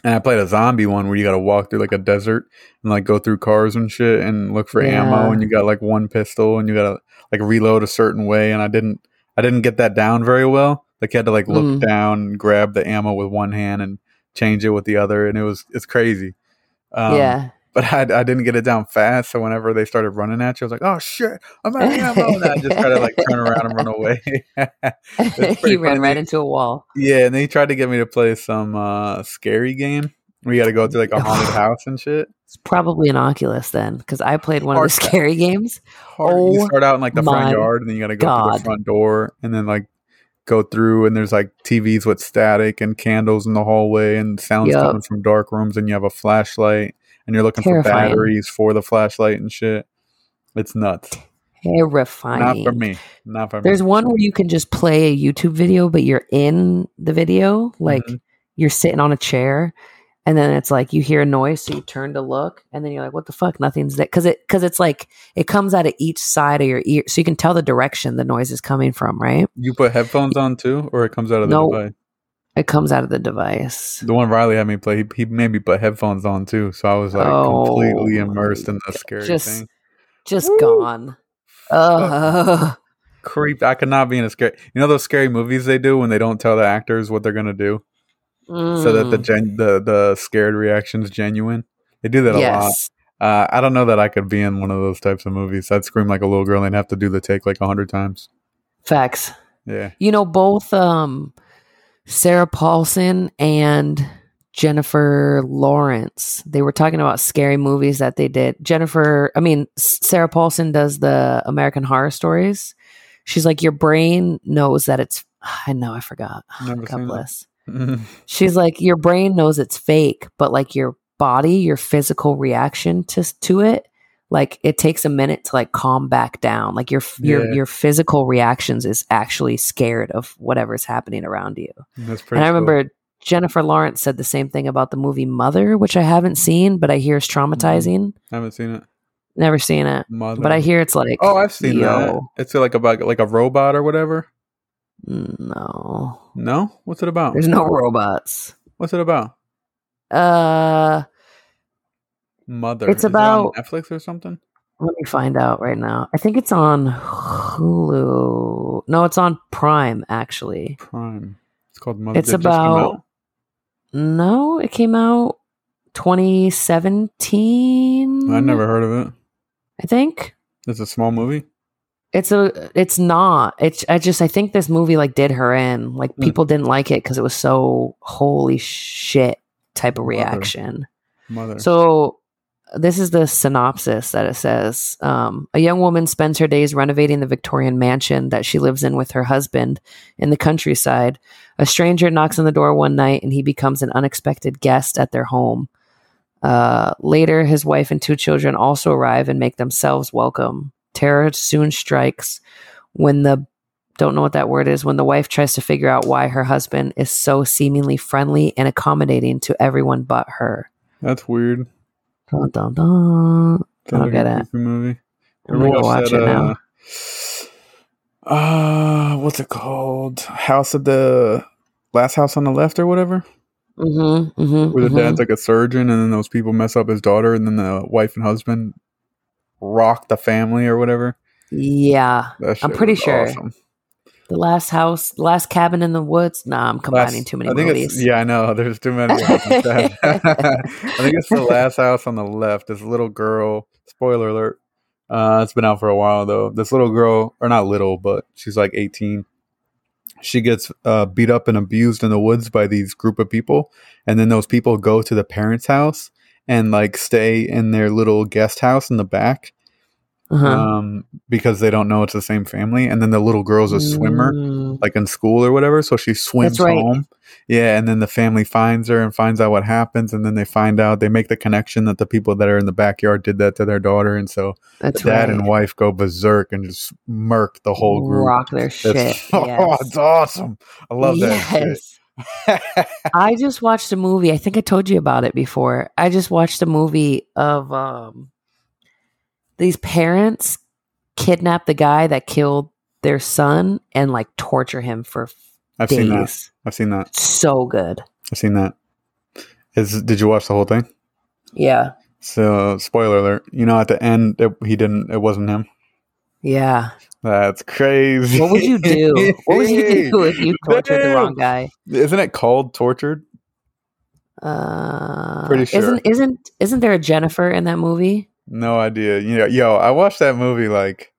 [SPEAKER 1] And I played a zombie one where you got to walk through like a desert and like go through cars and shit and look for ammo
[SPEAKER 2] Yeah.
[SPEAKER 1] and you got like one pistol and you got to like reload a certain way and I didn't I didn't get that down very well. Like you had to like look
[SPEAKER 2] Mm.
[SPEAKER 1] down, and grab the ammo with one hand and change it with the other and it was it's crazy. Um,
[SPEAKER 2] yeah.
[SPEAKER 1] But I, I didn't get it down fast, so whenever they started running at you, I was like, "Oh shit, I'm out of ammo!" And I just tried to like turn around and run away. pretty
[SPEAKER 2] he ran
[SPEAKER 1] funny.
[SPEAKER 2] right into a wall.
[SPEAKER 1] yeah, and they tried to get me to play some uh, scary game We got to go to like a haunted house and shit.
[SPEAKER 2] It's probably an Oculus then, because I played one
[SPEAKER 1] Hard
[SPEAKER 2] of the
[SPEAKER 1] pass.
[SPEAKER 2] scary games.
[SPEAKER 1] Hard. you
[SPEAKER 2] Oh
[SPEAKER 1] start out in like the front
[SPEAKER 2] my
[SPEAKER 1] yard, and then you got to go through
[SPEAKER 2] God.
[SPEAKER 1] the front door, and then like go through, and there's like TVs with static and candles in the hallway, and sounds
[SPEAKER 2] Yup.
[SPEAKER 1] coming from dark rooms, and you have a flashlight, and you're looking
[SPEAKER 2] Terrifying.
[SPEAKER 1] for batteries for the flashlight and shit. It's nuts. Not
[SPEAKER 2] Terrifying.
[SPEAKER 1] for me. Not for
[SPEAKER 2] There's
[SPEAKER 1] me.
[SPEAKER 2] one where you can just play a YouTube video, but you're in the video, like
[SPEAKER 1] Mhm.
[SPEAKER 2] you're sitting on a chair, and then it's like you hear a noise, so you turn to look, and then you're like, "What the fuck? Nothing's there," because it because it's like it comes out of each side of your ear, so you can tell the direction the noise is coming from. Right?
[SPEAKER 1] You put headphones on too, or it comes out of the
[SPEAKER 2] No.
[SPEAKER 1] device.
[SPEAKER 2] It comes out of the device.
[SPEAKER 1] The one Riley had me play, he, he made me put headphones on too, so I was like
[SPEAKER 2] Oh
[SPEAKER 1] completely
[SPEAKER 2] my
[SPEAKER 1] immersed in the scary
[SPEAKER 2] Just-
[SPEAKER 1] thing.
[SPEAKER 2] Just
[SPEAKER 1] Woo.
[SPEAKER 2] gone. Ugh.
[SPEAKER 1] Creeped. I could not be in a scary. You know those scary movies they do when they don't tell the actors what they're gonna do, so that the
[SPEAKER 2] Mm.
[SPEAKER 1] gen- the the scared reaction's genuine. They do that a lot.
[SPEAKER 2] yes.
[SPEAKER 1] Uh, I don't know that I could be in one of those types of movies. I'd scream like a little girl and have to do the take like a hundred times.
[SPEAKER 2] Facts.
[SPEAKER 1] Yeah,
[SPEAKER 2] You know, both um, Sarah Paulson and Jennifer Lawrence, they were talking about scary movies that they did. Jennifer, I mean, S- Sarah Paulson does the American Horror Stories. She's like, your brain knows that it's, I know, I forgot.
[SPEAKER 1] Never seen
[SPEAKER 2] God
[SPEAKER 1] it.
[SPEAKER 2] bless.
[SPEAKER 1] Mhm.
[SPEAKER 2] She's like, your brain knows it's fake, but like your body, your physical reaction to to it, like it takes a minute to like calm back down. Like your your
[SPEAKER 1] Yeah.
[SPEAKER 2] your physical reactions is actually scared of whatever's happening around you.
[SPEAKER 1] that's pretty.
[SPEAKER 2] And I
[SPEAKER 1] cool.
[SPEAKER 2] remember Jennifer Lawrence said the same thing about the movie Mother, which I haven't seen, but I hear is
[SPEAKER 1] Mm-hmm.
[SPEAKER 2] traumatizing.
[SPEAKER 1] I haven't seen it.
[SPEAKER 2] Never seen it,
[SPEAKER 1] Mother.
[SPEAKER 2] but I hear it's like
[SPEAKER 1] Oh, I've seen
[SPEAKER 2] yo,
[SPEAKER 1] that. It's like about like a robot or whatever.
[SPEAKER 2] no,
[SPEAKER 1] No, what's it about?
[SPEAKER 2] there's no robots.
[SPEAKER 1] What's it about?
[SPEAKER 2] Uh,
[SPEAKER 1] Mother.
[SPEAKER 2] It's
[SPEAKER 1] Is it on
[SPEAKER 2] about-
[SPEAKER 1] Netflix or something.
[SPEAKER 2] Let me find out right now. I think it's on Hulu. No, it's on Prime actually.
[SPEAKER 1] Prime. It's called Mother.
[SPEAKER 2] It's
[SPEAKER 1] Did it just come
[SPEAKER 2] about-
[SPEAKER 1] out?
[SPEAKER 2] No, it came out 2017.
[SPEAKER 1] I never heard of it.
[SPEAKER 2] I think
[SPEAKER 1] It's a small movie.
[SPEAKER 2] it's a. It's not. It's. I just. I think this movie like did her in. Like
[SPEAKER 1] Hmm.
[SPEAKER 2] people didn't like it because it was so holy shit type of
[SPEAKER 1] Mother.
[SPEAKER 2] reaction.
[SPEAKER 1] Mother.
[SPEAKER 2] So this is the synopsis that it says. Um, a young woman spends her days renovating the Victorian mansion that she lives in with her husband in the countryside. A stranger knocks on the door one night and he becomes an unexpected guest at their home. Uh, later, his wife and two children also arrive and make themselves welcome. Terror soon strikes when the don't know what that word is when the wife tries to figure out why her husband is so seemingly friendly and accommodating to everyone but her.
[SPEAKER 1] That's weird.
[SPEAKER 2] Dun, dun, dun.
[SPEAKER 1] Sounds
[SPEAKER 2] I'll
[SPEAKER 1] like a
[SPEAKER 2] get it.
[SPEAKER 1] creepy Movie.
[SPEAKER 2] I'm gonna go watch it now.
[SPEAKER 1] Uh, uh, what's it called? House of the Last House on the Left or whatever,
[SPEAKER 2] Mm-hmm, mm-hmm,
[SPEAKER 1] where the dad's like a surgeon, and then those people mess up his daughter, and then the wife and husband rock the family or whatever.
[SPEAKER 2] mm-hmm. Yeah,
[SPEAKER 1] That
[SPEAKER 2] I'm
[SPEAKER 1] shit
[SPEAKER 2] pretty
[SPEAKER 1] was
[SPEAKER 2] sure.
[SPEAKER 1] awesome.
[SPEAKER 2] the last house, the last cabin in the woods. Nah, I'm combining
[SPEAKER 1] Last-
[SPEAKER 2] too many
[SPEAKER 1] I think
[SPEAKER 2] movies.
[SPEAKER 1] It's, yeah, I know. There's too many. I think it's the last house on the left. This little girl. Spoiler alert. Uh, it's been out for a while though. This little girl, or not little, but she's like 18. She gets uh, beat up and abused in the woods by these group of people, and then those people go to the parents' house and like stay in their little guest house in the back
[SPEAKER 2] Uh-huh.
[SPEAKER 1] um, because they don't know it's the same family. And then the little girl's a swimmer
[SPEAKER 2] Mm.
[SPEAKER 1] like in school or whatever. So she swims
[SPEAKER 2] right.
[SPEAKER 1] home. Yeah. And then the family finds her and finds out what happens. And then they find out, they make the connection that the people that are in the backyard did that to their daughter. And so
[SPEAKER 2] That's
[SPEAKER 1] the dad
[SPEAKER 2] right.
[SPEAKER 1] and wife go berserk and just murk the whole group.
[SPEAKER 2] rock their shit.
[SPEAKER 1] It's- Oh,
[SPEAKER 2] yes.
[SPEAKER 1] it's awesome. I love that.
[SPEAKER 2] Yes.
[SPEAKER 1] Shit.
[SPEAKER 2] I just watched a movie. I think I told you about it before. I just watched a movie of um, these parents kidnap the guy that killed their son and like torture him for
[SPEAKER 1] I've seen that.
[SPEAKER 2] days.
[SPEAKER 1] I've seen that.
[SPEAKER 2] So good.
[SPEAKER 1] I've seen that. Is did you watch the whole thing?
[SPEAKER 2] Yeah.
[SPEAKER 1] So spoiler alert. You know, at the end, it, he didn't. It wasn't him.
[SPEAKER 2] Yeah.
[SPEAKER 1] That's crazy.
[SPEAKER 2] What would you do? what would you do if you tortured the
[SPEAKER 1] Damn.
[SPEAKER 2] wrong guy?
[SPEAKER 1] Isn't it called tortured?
[SPEAKER 2] Uh,
[SPEAKER 1] Pretty sure.
[SPEAKER 2] Isn't isn't isn't there a Jennifer in that movie?
[SPEAKER 1] No idea. You know, yo, I watched that movie like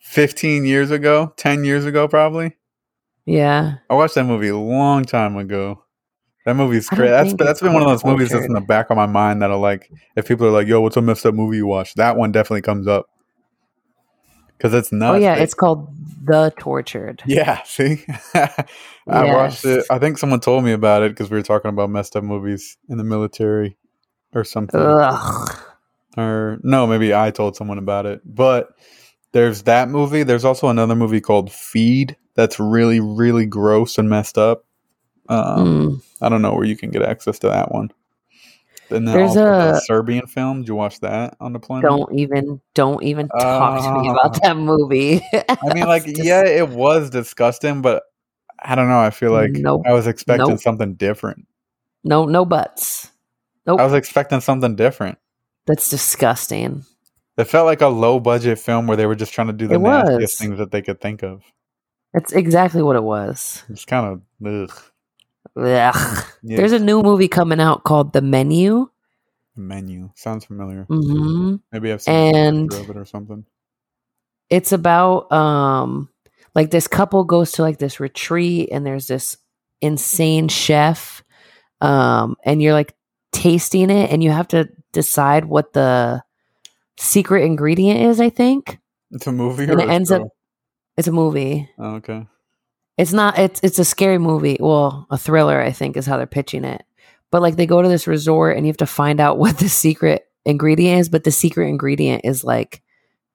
[SPEAKER 1] 15 years ago, 10 years ago, probably.
[SPEAKER 2] Yeah.
[SPEAKER 1] I watched that movie a long time ago. That movie's
[SPEAKER 2] I don't
[SPEAKER 1] great. That's
[SPEAKER 2] think
[SPEAKER 1] that's
[SPEAKER 2] it's
[SPEAKER 1] been one of those movies that's in
[SPEAKER 2] cultured.
[SPEAKER 1] the back of my mind that'll like if people are like, "Yo, what's a messed up movie you watched?" That one definitely comes up because it's
[SPEAKER 2] Oh
[SPEAKER 1] nuts.
[SPEAKER 2] yeah,
[SPEAKER 1] They-
[SPEAKER 2] it's called The Tortured.
[SPEAKER 1] yeah. See, I watched it.
[SPEAKER 2] Yes.
[SPEAKER 1] I think someone told me about it because we were talking about messed up movies in the military or something.
[SPEAKER 2] Ugh.
[SPEAKER 1] Or no, maybe I told someone about it. But there's that movie. There's also another movie called Feed that's really really gross and messed up. Um,
[SPEAKER 2] Mm.
[SPEAKER 1] I don't know where you can get access to that one. And then
[SPEAKER 2] There's
[SPEAKER 1] also the
[SPEAKER 2] a-
[SPEAKER 1] Serbian film. Did you watch that on the plane?
[SPEAKER 2] Don't even don't even talk to me
[SPEAKER 1] Uh,
[SPEAKER 2] about that movie.
[SPEAKER 1] I mean, like, yeah, it was disgusting, but I don't know. I feel like
[SPEAKER 2] Nope.
[SPEAKER 1] I was expecting
[SPEAKER 2] Nope.
[SPEAKER 1] something different.
[SPEAKER 2] no no buts.
[SPEAKER 1] I
[SPEAKER 2] Nope.
[SPEAKER 1] was expecting something different.
[SPEAKER 2] That's disgusting.
[SPEAKER 1] It felt like a low budget film where they were just trying to do the
[SPEAKER 2] It
[SPEAKER 1] nastiest
[SPEAKER 2] was.
[SPEAKER 1] things that they could think of.
[SPEAKER 2] That's exactly what it was.
[SPEAKER 1] It's kind of ugh.
[SPEAKER 2] Ugh.
[SPEAKER 1] Yeah,
[SPEAKER 2] There's a new movie coming out called The Menu.
[SPEAKER 1] menu. Sounds familiar.
[SPEAKER 2] hmm
[SPEAKER 1] Maybe I've seen a
[SPEAKER 2] And
[SPEAKER 1] picture of it or something.
[SPEAKER 2] it's about um like this couple goes to like this retreat and there's this insane chef um and you're like tasting it and you have to decide what the secret ingredient is i think
[SPEAKER 1] It's a movie.
[SPEAKER 2] And
[SPEAKER 1] or
[SPEAKER 2] it
[SPEAKER 1] a
[SPEAKER 2] ends up-
[SPEAKER 1] show?
[SPEAKER 2] it's a movie
[SPEAKER 1] Oh, okay.
[SPEAKER 2] it's not it's it's a scary movie well a thriller i think is how they're pitching it but like they go to this resort and you have to find out what the secret ingredient is but the secret ingredient is like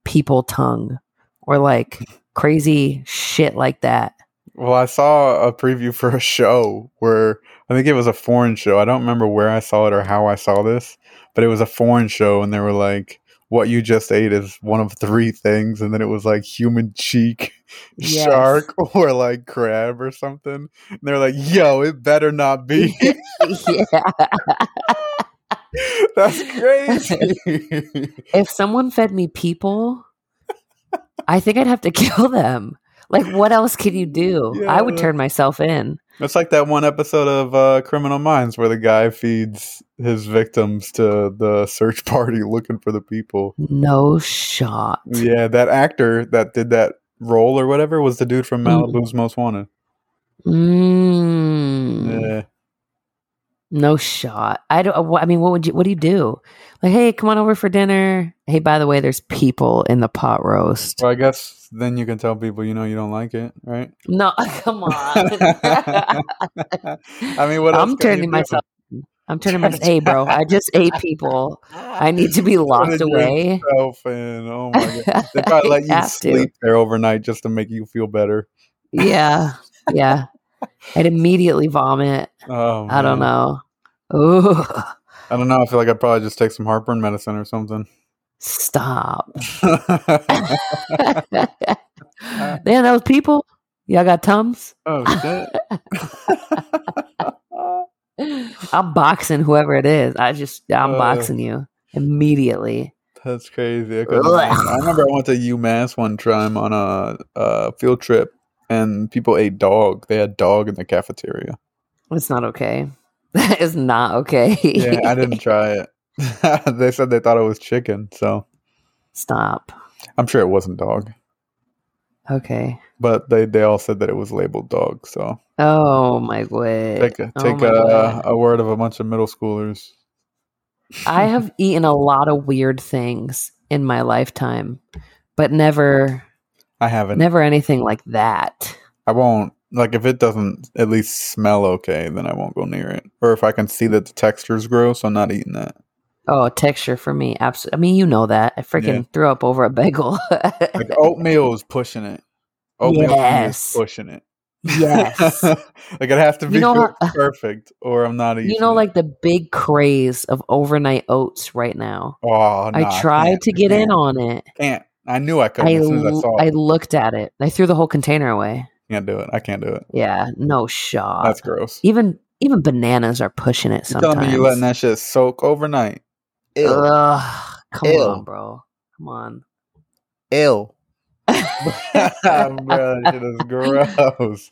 [SPEAKER 2] people tongue or like crazy shit like that
[SPEAKER 1] Well, I saw a preview for a show where I think it was a foreign show. I don't remember where I saw it or how I saw this, but it was a foreign show, and they were like, "What you just ate is one of three things," and then it was like human cheek,
[SPEAKER 2] Yes.
[SPEAKER 1] shark, or like crab or something. And they're like, "Yo, it better not be."
[SPEAKER 2] yeah
[SPEAKER 1] That's crazy.
[SPEAKER 2] if someone fed me people i think i'd have to kill them like what else can you do i would
[SPEAKER 1] Yeah.
[SPEAKER 2] turn myself in
[SPEAKER 1] It's like that one episode of uh, Criminal Minds where the guy feeds his victims to the search party looking for the people.
[SPEAKER 2] no shot
[SPEAKER 1] Yeah, that actor that did that role or whatever was the dude from
[SPEAKER 2] Mm.
[SPEAKER 1] Malibu's Most Wanted.
[SPEAKER 2] mm.
[SPEAKER 1] Yeah.
[SPEAKER 2] No shot. I don't. wh- I mean, what would you? What do you do? Like, hey, come on over for dinner. Hey, by the way, there's people in the pot roast.
[SPEAKER 1] Well, I guess then you can tell people, you know, you don't like it, right?
[SPEAKER 2] No, come on.
[SPEAKER 1] I mean, what else?
[SPEAKER 2] I'm
[SPEAKER 1] can you
[SPEAKER 2] turning
[SPEAKER 1] do?
[SPEAKER 2] myself. I'm turning myself. Hey, bro, I just ate people. I need to be
[SPEAKER 1] Put
[SPEAKER 2] locked
[SPEAKER 1] it
[SPEAKER 2] away.
[SPEAKER 1] yourself in. Oh my god! They probably
[SPEAKER 2] I
[SPEAKER 1] let you
[SPEAKER 2] have to.
[SPEAKER 1] sleep there overnight just to make you feel better.
[SPEAKER 2] Yeah, yeah. I'd immediately vomit.
[SPEAKER 1] Oh,
[SPEAKER 2] I don't
[SPEAKER 1] man.
[SPEAKER 2] know. Ooh,
[SPEAKER 1] I don't know. I feel like I'd probably just take some heartburn medicine or something.
[SPEAKER 2] stop. Man, those people. Y'all got tums.
[SPEAKER 1] oh shit!
[SPEAKER 2] I'm boxing whoever it is. I just I'm
[SPEAKER 1] Uh.
[SPEAKER 2] boxing you immediately.
[SPEAKER 1] That's crazy. I, couldn't imagine. I remember I went to UMass one time on a, a field trip, and people ate dog. They had dog in the cafeteria.
[SPEAKER 2] It's not okay. That is not okay.
[SPEAKER 1] Yeah, I didn't try it. they said they thought it was chicken, so
[SPEAKER 2] Stop.
[SPEAKER 1] I'm sure it wasn't dog.
[SPEAKER 2] Okay.
[SPEAKER 1] But they, they all said that it was labeled dog. So
[SPEAKER 2] Oh my god.
[SPEAKER 1] take a,
[SPEAKER 2] Oh
[SPEAKER 1] take
[SPEAKER 2] my
[SPEAKER 1] a, uh,
[SPEAKER 2] God.
[SPEAKER 1] a word of a bunch of middle schoolers.
[SPEAKER 2] I have eaten a lot of weird things in my lifetime, but never
[SPEAKER 1] I haven't.
[SPEAKER 2] never anything like that.
[SPEAKER 1] I won't like if it doesn't at least smell okay, then I won't go near it. Or if I can see that the texture's gross, I'm not eating that.
[SPEAKER 2] Oh, texture for me. Absolutely. I mean, you know that. I freaking
[SPEAKER 1] Yeah.
[SPEAKER 2] threw up over a bagel.
[SPEAKER 1] Like oh. oatmeal is pushing it. Oatmeal to me
[SPEAKER 2] Yes.
[SPEAKER 1] is pushing it.
[SPEAKER 2] yes.
[SPEAKER 1] like it has to
[SPEAKER 2] You
[SPEAKER 1] be
[SPEAKER 2] know
[SPEAKER 1] good,
[SPEAKER 2] how-
[SPEAKER 1] perfect, or I'm not eating.
[SPEAKER 2] You know,
[SPEAKER 1] it.
[SPEAKER 2] like the big craze of overnight oats right now.
[SPEAKER 1] oh, nah,
[SPEAKER 2] I tried
[SPEAKER 1] can't.
[SPEAKER 2] to get in
[SPEAKER 1] can't.
[SPEAKER 2] on it.
[SPEAKER 1] Can't. I knew I couldn't
[SPEAKER 2] I,
[SPEAKER 1] as soon as I
[SPEAKER 2] l-
[SPEAKER 1] saw
[SPEAKER 2] I
[SPEAKER 1] it.
[SPEAKER 2] looked at it. I threw the whole container away.
[SPEAKER 1] I can't do it. I can't do it.
[SPEAKER 2] Yeah, no shot.
[SPEAKER 1] That's gross.
[SPEAKER 2] even even bananas are pushing it
[SPEAKER 1] You telling
[SPEAKER 2] sometimes.
[SPEAKER 1] me you're letting that shit soak overnight? Ill.
[SPEAKER 2] Ugh, come
[SPEAKER 1] Ew.
[SPEAKER 2] on, bro. Come on.
[SPEAKER 1] Ill. bro, that shit is gross.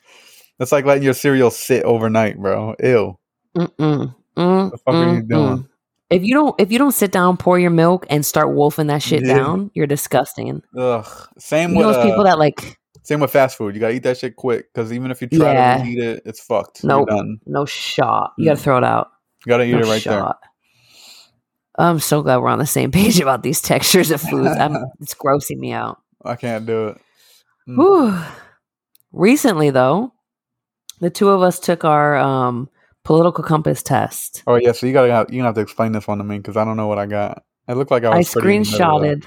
[SPEAKER 1] That's like letting your cereal sit overnight, bro. Ew.
[SPEAKER 2] Mm-mm. Mm,
[SPEAKER 1] The fuck are you
[SPEAKER 2] mm,
[SPEAKER 1] doing?
[SPEAKER 2] mm. If you don't if you don't sit down, pour your milk, and start wolfing that shit
[SPEAKER 1] Yeah.
[SPEAKER 2] down, you're disgusting.
[SPEAKER 1] Ugh. Same
[SPEAKER 2] You
[SPEAKER 1] with
[SPEAKER 2] know those
[SPEAKER 1] uh,
[SPEAKER 2] people that like
[SPEAKER 1] Same with fast food. You gotta eat that shit quick because even if you try
[SPEAKER 2] Yeah.
[SPEAKER 1] to eat it, it's fucked.
[SPEAKER 2] Nope.
[SPEAKER 1] You're done.
[SPEAKER 2] No shot. You got
[SPEAKER 1] Mm.
[SPEAKER 2] to throw it out.
[SPEAKER 1] You gotta eat
[SPEAKER 2] No
[SPEAKER 1] it right
[SPEAKER 2] shot. I'm so glad we're on the same page about these textures of foods. I'm, it's grossing me out.
[SPEAKER 1] there. I can't do it. Mm.
[SPEAKER 2] Whew. Recently, though, the two of us took our um, political compass test.
[SPEAKER 1] Oh yeah, so you gotta have, you gonna have to explain this one to me because I don't know what I got. It looked like I
[SPEAKER 2] I
[SPEAKER 1] was pretty in the middle of it.
[SPEAKER 2] screenshotted.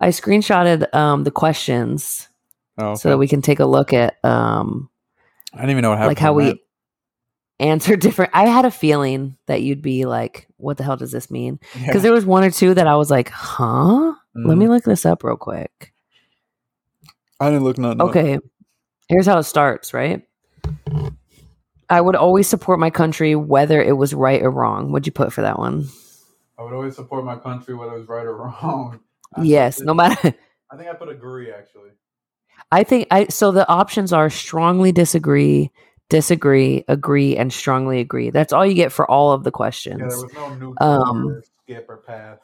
[SPEAKER 2] I screenshotted um, the questions
[SPEAKER 1] Oh, okay.
[SPEAKER 2] so that we can take a look at um,
[SPEAKER 1] I didn't even know what happened.
[SPEAKER 2] like how
[SPEAKER 1] to
[SPEAKER 2] we
[SPEAKER 1] that.
[SPEAKER 2] answer different. I had a feeling that you'd be like, "What the hell does this mean?"
[SPEAKER 1] Yeah.
[SPEAKER 2] Because there was one or two that I was like, "Huh." Let
[SPEAKER 1] Mhm.
[SPEAKER 2] me look this up real quick.
[SPEAKER 1] I didn't look nothing. up.
[SPEAKER 2] Okay. Here's how it starts, right? I would always support my country whether it was right or wrong. What'd you put for that one?
[SPEAKER 1] I would always support my country whether it was right or wrong. I
[SPEAKER 2] yes,
[SPEAKER 1] put-
[SPEAKER 2] no matter.
[SPEAKER 1] I think I put agree actually.
[SPEAKER 2] I think I so the options are strongly disagree, disagree, agree, and strongly agree. That's all you get for all of the questions.
[SPEAKER 1] Yeah, there was no new
[SPEAKER 2] Um,
[SPEAKER 1] or skip or pass.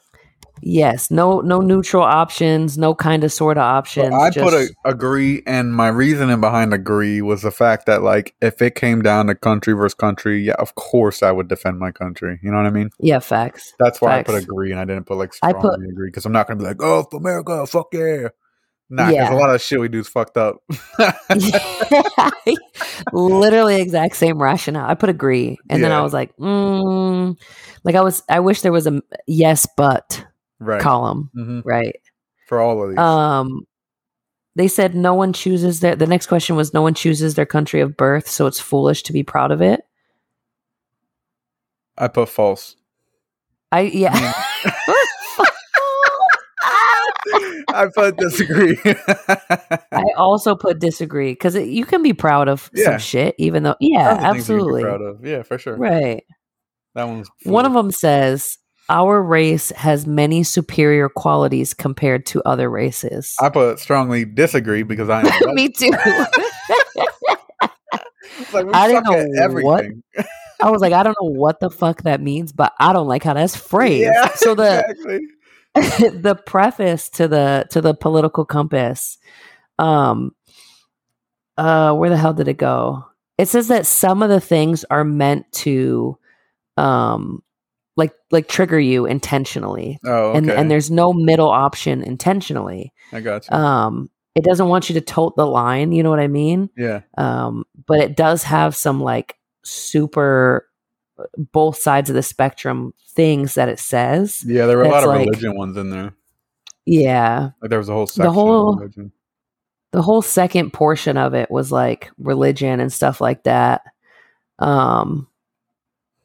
[SPEAKER 2] yes, no no neutral options, no kind of sort of options.
[SPEAKER 1] But I
[SPEAKER 2] just-
[SPEAKER 1] put a, agree, and my reasoning behind agree was the fact that, like, if it came down to country versus country, yeah, of course I would defend my country. You know what I mean?
[SPEAKER 2] yeah, facts.
[SPEAKER 1] That's why I put
[SPEAKER 2] Facts.
[SPEAKER 1] agree, and I didn't put like
[SPEAKER 2] I
[SPEAKER 1] strongly
[SPEAKER 2] put-
[SPEAKER 1] agree because I'm not gonna be like, oh, for America, fuck yeah. Nah, because
[SPEAKER 2] Yeah.
[SPEAKER 1] a lot of shit we do is fucked up.
[SPEAKER 2] literally exact same rationale i put agree and then
[SPEAKER 1] Yeah.
[SPEAKER 2] i was like mm, like i was i wish there was a yes but
[SPEAKER 1] right.
[SPEAKER 2] column
[SPEAKER 1] hmm
[SPEAKER 2] right
[SPEAKER 1] For all of these.
[SPEAKER 2] um they said no one chooses their the next question was no one chooses their country of birth so it's foolish to be proud of it
[SPEAKER 1] I put false.
[SPEAKER 2] i yeah
[SPEAKER 1] Mm. Mm-hmm. I put disagree.
[SPEAKER 2] i also put disagree because you can be proud of
[SPEAKER 1] Yeah.
[SPEAKER 2] some shit even though
[SPEAKER 1] Tons of things
[SPEAKER 2] yeah
[SPEAKER 1] you can be
[SPEAKER 2] absolutely
[SPEAKER 1] proud of. Yeah, for sure.
[SPEAKER 2] right
[SPEAKER 1] That one's
[SPEAKER 2] One of
[SPEAKER 1] foolish.
[SPEAKER 2] them says, Our race has many superior qualities compared to other races.
[SPEAKER 1] I put strongly disagree because I am white.
[SPEAKER 2] Me too.
[SPEAKER 1] It's like, we
[SPEAKER 2] I didn't
[SPEAKER 1] suck at
[SPEAKER 2] know what I was like, I don't know what the fuck that means, but I don't like how that's phrased.
[SPEAKER 1] Yeah,
[SPEAKER 2] so the
[SPEAKER 1] exactly.
[SPEAKER 2] the preface to the to the political compass, um, uh, where the hell did it go? It says that some of the things are meant to, um, like like trigger you intentionally,
[SPEAKER 1] Oh, okay.
[SPEAKER 2] and and there's no middle option intentionally.
[SPEAKER 1] I got you.
[SPEAKER 2] um it doesn't want you to tote the line you know what i mean
[SPEAKER 1] yeah,
[SPEAKER 2] um but it does have some like super both sides of the spectrum things that it says
[SPEAKER 1] yeah. There were a lot
[SPEAKER 2] that's
[SPEAKER 1] of
[SPEAKER 2] like-
[SPEAKER 1] religion ones in there.
[SPEAKER 2] yeah
[SPEAKER 1] Like there was a whole section.
[SPEAKER 2] whole-
[SPEAKER 1] of religion.
[SPEAKER 2] the whole second portion of it was like religion and stuff like that um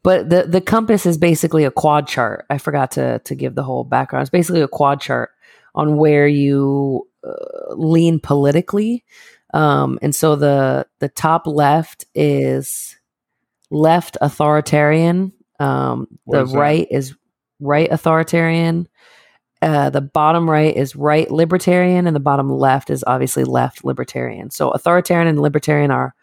[SPEAKER 2] but the the compass is basically a quad chart i forgot to to give the whole background it's basically a quad chart on where you uh, lean politically um and so the the top left is left authoritarian um
[SPEAKER 1] What
[SPEAKER 2] the
[SPEAKER 1] is that?
[SPEAKER 2] right is right authoritarian uh, the bottom right is right libertarian, and the bottom left is obviously left libertarian. So authoritarian and libertarian are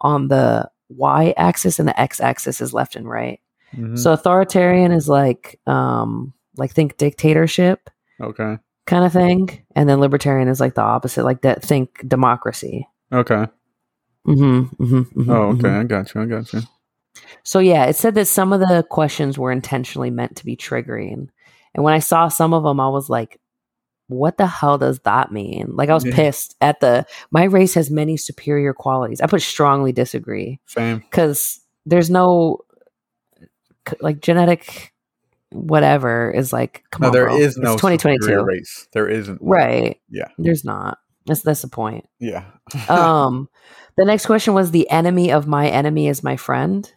[SPEAKER 2] on the y axis, and the x axis is left and right.
[SPEAKER 1] Mhm.
[SPEAKER 2] So authoritarian is like, um, like think dictatorship
[SPEAKER 1] okay,
[SPEAKER 2] kind of thing, and then libertarian is like the opposite, like that think democracy.
[SPEAKER 1] okay.
[SPEAKER 2] Mm-hmm, hmm hmm hmm
[SPEAKER 1] Oh, okay. I got you. I got you.
[SPEAKER 2] So yeah, it said that some of the questions were intentionally meant to be triggering. And when I saw some of them, I was like, what the hell does that mean? Like I was
[SPEAKER 1] Yeah.
[SPEAKER 2] pissed at the my race has many superior qualities. I put strongly disagree
[SPEAKER 1] Same.
[SPEAKER 2] cuz there's no c- like genetic whatever is like come
[SPEAKER 1] No,
[SPEAKER 2] on
[SPEAKER 1] there
[SPEAKER 2] bro.
[SPEAKER 1] is no
[SPEAKER 2] it's
[SPEAKER 1] superior
[SPEAKER 2] 2022.
[SPEAKER 1] race. There isn't. one.
[SPEAKER 2] Right.
[SPEAKER 1] Yeah.
[SPEAKER 2] There's not. That's that's the point.
[SPEAKER 1] Yeah.
[SPEAKER 2] Um the next question was the enemy of my enemy is my friend.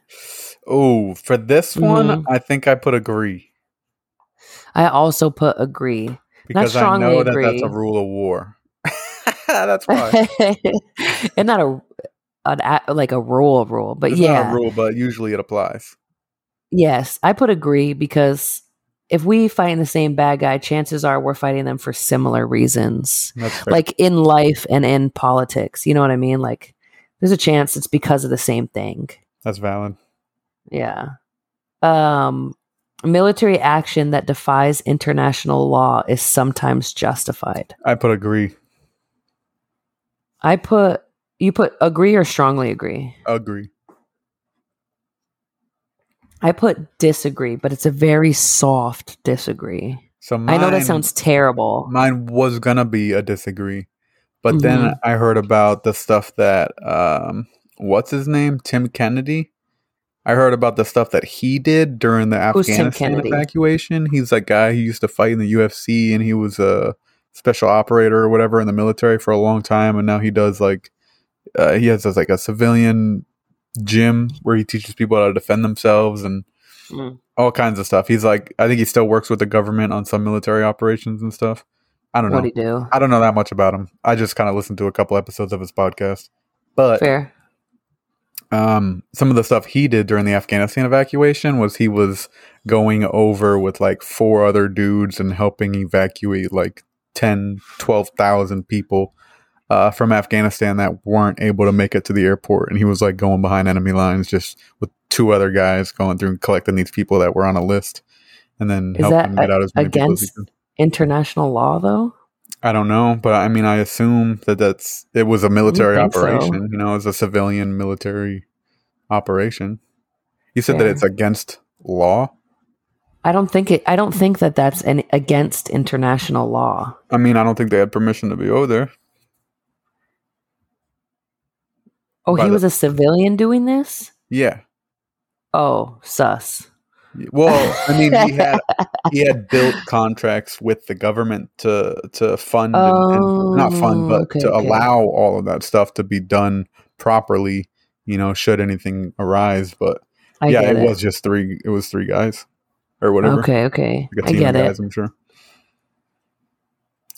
[SPEAKER 1] oh, for this
[SPEAKER 2] Mhm.
[SPEAKER 1] one, I think I put agree
[SPEAKER 2] I also put agree.
[SPEAKER 1] because I
[SPEAKER 2] strongly
[SPEAKER 1] know that that's a
[SPEAKER 2] agree.
[SPEAKER 1] rule of war. that's why.
[SPEAKER 2] and not a an a- like a rule rule, but
[SPEAKER 1] it's
[SPEAKER 2] yeah,
[SPEAKER 1] not a rule, but usually it applies.
[SPEAKER 2] yes, I put agree because if we fight the same bad guy, chances are we're fighting them for similar reasons,
[SPEAKER 1] That's fair.
[SPEAKER 2] like in life and in politics. You know what I mean? Like, there's a chance it's because of the same thing.
[SPEAKER 1] that's valid.
[SPEAKER 2] Yeah. Um, military action that defies international law is sometimes justified.
[SPEAKER 1] I put agree.
[SPEAKER 2] I put you put agree or strongly agree.
[SPEAKER 1] Agree.
[SPEAKER 2] I put disagree, but it's a very soft disagree.
[SPEAKER 1] So mine,
[SPEAKER 2] I know that sounds terrible.
[SPEAKER 1] Mine was gonna be a disagree, but then
[SPEAKER 2] Mm-hmm.
[SPEAKER 1] I heard about the stuff that um, what's his name, Tim Kennedy. I heard about the stuff that he did during the
[SPEAKER 2] Who's Tim
[SPEAKER 1] Afghanistan
[SPEAKER 2] Kennedy?
[SPEAKER 1] evacuation. He's that guy who used to fight in the UFC, and he was a special operator or whatever in the military for a long time, and now he does like uh, he has this, like a civilian gym where he teaches people how to defend themselves and
[SPEAKER 2] Mm.
[SPEAKER 1] all kinds of stuff. He's like, I think he still works with the government on some military operations and stuff. I don't know.
[SPEAKER 2] What'd he do?
[SPEAKER 1] I don't know that much about him. I just kind of listened to a couple episodes of his podcast. But
[SPEAKER 2] Fair.
[SPEAKER 1] um, some of the stuff he did during the Afghanistan evacuation was he was going over with like four other dudes and helping evacuate like 10, 12,000 people uh, from Afghanistan that weren't able to make it to the airport. And he was like going behind enemy lines just with two other guys going through and collecting these people that were on a list and then
[SPEAKER 2] Is
[SPEAKER 1] helping
[SPEAKER 2] that
[SPEAKER 1] get out as many people as he
[SPEAKER 2] against-
[SPEAKER 1] could.
[SPEAKER 2] International law though?
[SPEAKER 1] I don't know, but I mean, I assume that that's it was a military
[SPEAKER 2] think so.
[SPEAKER 1] operation. You know, it was a civilian military operation. You said that
[SPEAKER 2] Fair.
[SPEAKER 1] it's against law.
[SPEAKER 2] I don't think it I don't think that that's an against international law.
[SPEAKER 1] I mean, I don't think they had permission to be over there.
[SPEAKER 2] Oh,
[SPEAKER 1] By
[SPEAKER 2] he
[SPEAKER 1] the-
[SPEAKER 2] was a civilian doing this?
[SPEAKER 1] Yeah.
[SPEAKER 2] Oh, sus.
[SPEAKER 1] Well, I mean, he had he had built contracts with the government to to fund and, and not fund,
[SPEAKER 2] Oh,
[SPEAKER 1] but
[SPEAKER 2] okay,
[SPEAKER 1] to
[SPEAKER 2] okay.
[SPEAKER 1] allow all of that stuff to be done properly. You know, should anything arise, but
[SPEAKER 2] I
[SPEAKER 1] yeah,
[SPEAKER 2] get
[SPEAKER 1] it, was just three. It was three guys or whatever.
[SPEAKER 2] Okay, okay.
[SPEAKER 1] like a
[SPEAKER 2] I
[SPEAKER 1] team
[SPEAKER 2] get
[SPEAKER 1] of
[SPEAKER 2] it.
[SPEAKER 1] guys, I'm sure.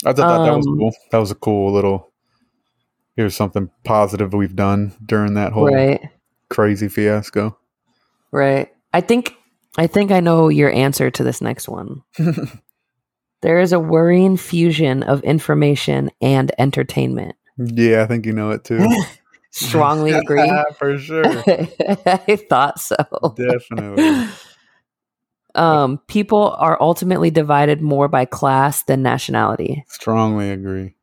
[SPEAKER 1] I just thought that was
[SPEAKER 2] Um,
[SPEAKER 1] cool. That was a cool little. Here's something positive we've done during that whole
[SPEAKER 2] Right.
[SPEAKER 1] crazy fiasco.
[SPEAKER 2] Right. I think I think I know your answer to this next one. There is a worrying fusion of information and entertainment.
[SPEAKER 1] yeah, I think you know it too.
[SPEAKER 2] Strongly agree.
[SPEAKER 1] for sure.
[SPEAKER 2] I thought so.
[SPEAKER 1] Definitely.
[SPEAKER 2] Um, people are ultimately divided more by class than nationality.
[SPEAKER 1] Strongly agree.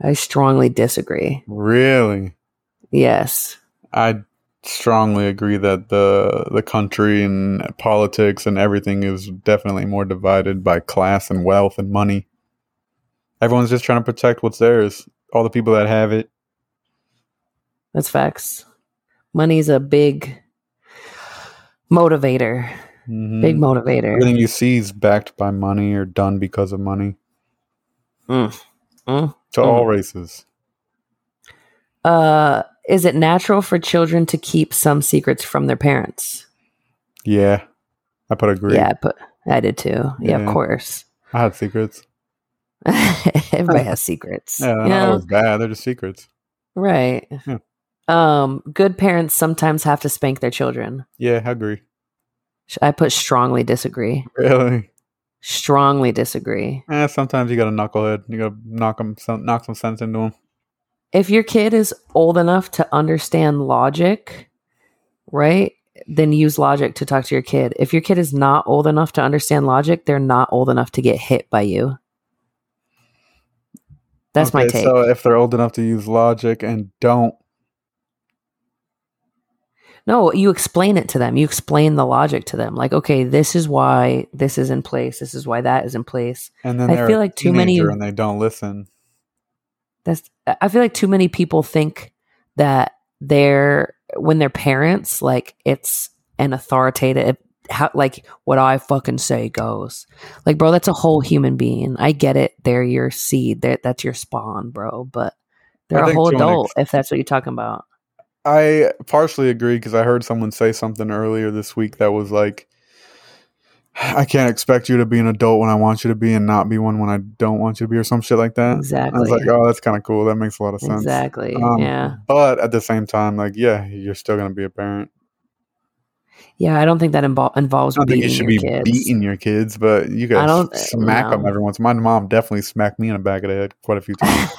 [SPEAKER 2] I strongly disagree.
[SPEAKER 1] Really,
[SPEAKER 2] Yes.
[SPEAKER 1] I strongly agree that the the country and politics and everything is definitely more divided by class and wealth and money. Everyone's just trying to protect what's theirs. All the people that have it.
[SPEAKER 2] That's facts. Money's a big motivator.
[SPEAKER 1] Mhm.
[SPEAKER 2] Big motivator.
[SPEAKER 1] Everything you see is backed by money or done because of money
[SPEAKER 2] Mm.
[SPEAKER 1] to
[SPEAKER 2] Mm.
[SPEAKER 1] all races.
[SPEAKER 2] Uh, is it natural for children to keep some secrets from their parents?
[SPEAKER 1] Yeah, I put agree.
[SPEAKER 2] Yeah, but I did too.
[SPEAKER 1] Yeah.
[SPEAKER 2] Yeah, of course.
[SPEAKER 1] I had secrets.
[SPEAKER 2] Everybody has secrets.
[SPEAKER 1] Yeah,
[SPEAKER 2] you
[SPEAKER 1] not
[SPEAKER 2] know?
[SPEAKER 1] always bad. They're just secrets.
[SPEAKER 2] right.
[SPEAKER 1] Yeah.
[SPEAKER 2] Um, good parents sometimes have to spank their children.
[SPEAKER 1] Yeah, I agree.
[SPEAKER 2] Sh- I put strongly disagree.
[SPEAKER 1] Really?
[SPEAKER 2] Strongly disagree.
[SPEAKER 1] Eh, sometimes you got to knucklehead. You got to knock them, some, knock some sense into them.
[SPEAKER 2] If your kid is old enough to understand logic, right? Then use logic to talk to your kid. If your kid is not old enough to understand logic, they're not old enough to get hit by you. That's my take.
[SPEAKER 1] So if they're old enough to use logic and don't,
[SPEAKER 2] No, you explain it to them. You explain the logic to them. Like, okay, this is why this is in place. This is why that is in place.
[SPEAKER 1] and then
[SPEAKER 2] I
[SPEAKER 1] they're
[SPEAKER 2] feel
[SPEAKER 1] a
[SPEAKER 2] like too many-
[SPEAKER 1] teenager and they don't listen.
[SPEAKER 2] That's I feel like too many people think that they're when they're parents, like it's an authoritative how like what I fucking say goes. Like, bro, that's a whole human being. I get it. They're your seed. They're, that's your spawn, bro. But they're
[SPEAKER 1] I
[SPEAKER 2] a
[SPEAKER 1] think
[SPEAKER 2] whole
[SPEAKER 1] to an
[SPEAKER 2] adult if that's what you're talking about.
[SPEAKER 1] I partially agree because I heard someone say something earlier this week that was like, I can't expect you to be an adult when I want you to be and not be one when I don't want you to be, or some shit like that. I
[SPEAKER 2] Exactly.
[SPEAKER 1] was like, oh, that's kind of cool. That makes a lot of sense.
[SPEAKER 2] exactly.
[SPEAKER 1] Um,
[SPEAKER 2] yeah.
[SPEAKER 1] But at the same time, like, yeah, you're still going to be a parent.
[SPEAKER 2] Yeah. I don't think that invol- involves
[SPEAKER 1] I don't think
[SPEAKER 2] beating
[SPEAKER 1] you should be
[SPEAKER 2] your kids.
[SPEAKER 1] beating your kids, but you
[SPEAKER 2] I
[SPEAKER 1] guys
[SPEAKER 2] don't-
[SPEAKER 1] smack them
[SPEAKER 2] no.
[SPEAKER 1] every once. My mom definitely smacked me in the back of the head quite a few times.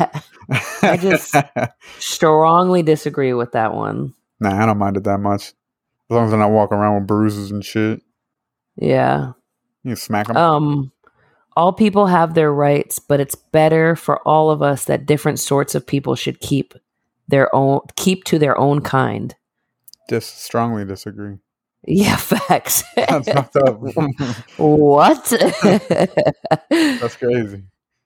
[SPEAKER 2] I just- strongly disagree with that one.
[SPEAKER 1] nah, I don't mind it that much. As long as I am not walking around with bruises and shit,
[SPEAKER 2] Yeah.
[SPEAKER 1] you smack them.
[SPEAKER 2] Um all people have their rights, but it's better for all of us that different sorts of people should keep their own keep to their own kind.
[SPEAKER 1] Just strongly disagree.
[SPEAKER 2] Yeah, facts.
[SPEAKER 1] That's fucked up.
[SPEAKER 2] what?
[SPEAKER 1] That's crazy.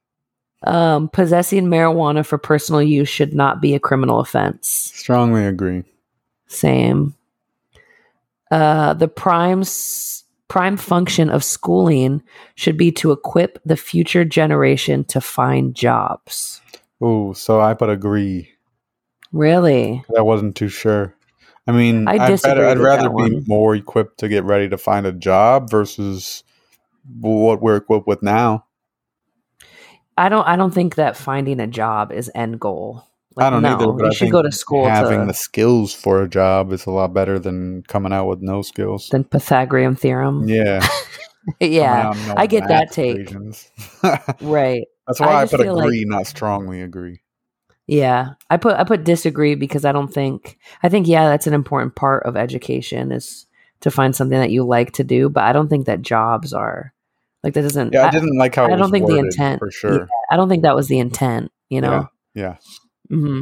[SPEAKER 2] um, possessing marijuana for personal use should not be a criminal offense.
[SPEAKER 1] Strongly agree.
[SPEAKER 2] Same. Uh, the prime s- prime function of schooling should be to equip the future generation to find jobs.
[SPEAKER 1] Ooh, so I put agree.
[SPEAKER 2] Really?
[SPEAKER 1] I wasn't too sure. I mean,
[SPEAKER 2] I
[SPEAKER 1] I would
[SPEAKER 2] disagree
[SPEAKER 1] rather, I'd
[SPEAKER 2] with
[SPEAKER 1] rather
[SPEAKER 2] that
[SPEAKER 1] be
[SPEAKER 2] one.
[SPEAKER 1] more equipped to get ready to find a job versus what we're equipped with now.
[SPEAKER 2] I don't. I don't think that finding a job is end goal.
[SPEAKER 1] I don't
[SPEAKER 2] know.
[SPEAKER 1] either. But
[SPEAKER 2] you
[SPEAKER 1] I
[SPEAKER 2] should
[SPEAKER 1] think
[SPEAKER 2] go to school
[SPEAKER 1] having
[SPEAKER 2] to,
[SPEAKER 1] the skills for a job is a lot better than coming out with no skills.
[SPEAKER 2] than Pythagorean theorem.
[SPEAKER 1] yeah,
[SPEAKER 2] yeah,
[SPEAKER 1] Coming out
[SPEAKER 2] I get that
[SPEAKER 1] math
[SPEAKER 2] take.
[SPEAKER 1] equations.
[SPEAKER 2] right.
[SPEAKER 1] That's why
[SPEAKER 2] I
[SPEAKER 1] I,
[SPEAKER 2] just
[SPEAKER 1] put
[SPEAKER 2] feel like-
[SPEAKER 1] agree, not strongly agree.
[SPEAKER 2] Yeah, I put I put disagree because I don't think I think yeah that's an important part of education is to find something that you like to do, but I don't think that jobs are like that doesn't.
[SPEAKER 1] Yeah, I,
[SPEAKER 2] Mm, I,
[SPEAKER 1] didn't like how
[SPEAKER 2] I
[SPEAKER 1] it
[SPEAKER 2] don't
[SPEAKER 1] was
[SPEAKER 2] think the
[SPEAKER 1] worded,
[SPEAKER 2] intent-
[SPEAKER 1] for sure.
[SPEAKER 2] I don't think that was the intent. You know.
[SPEAKER 1] Yeah,
[SPEAKER 2] hmm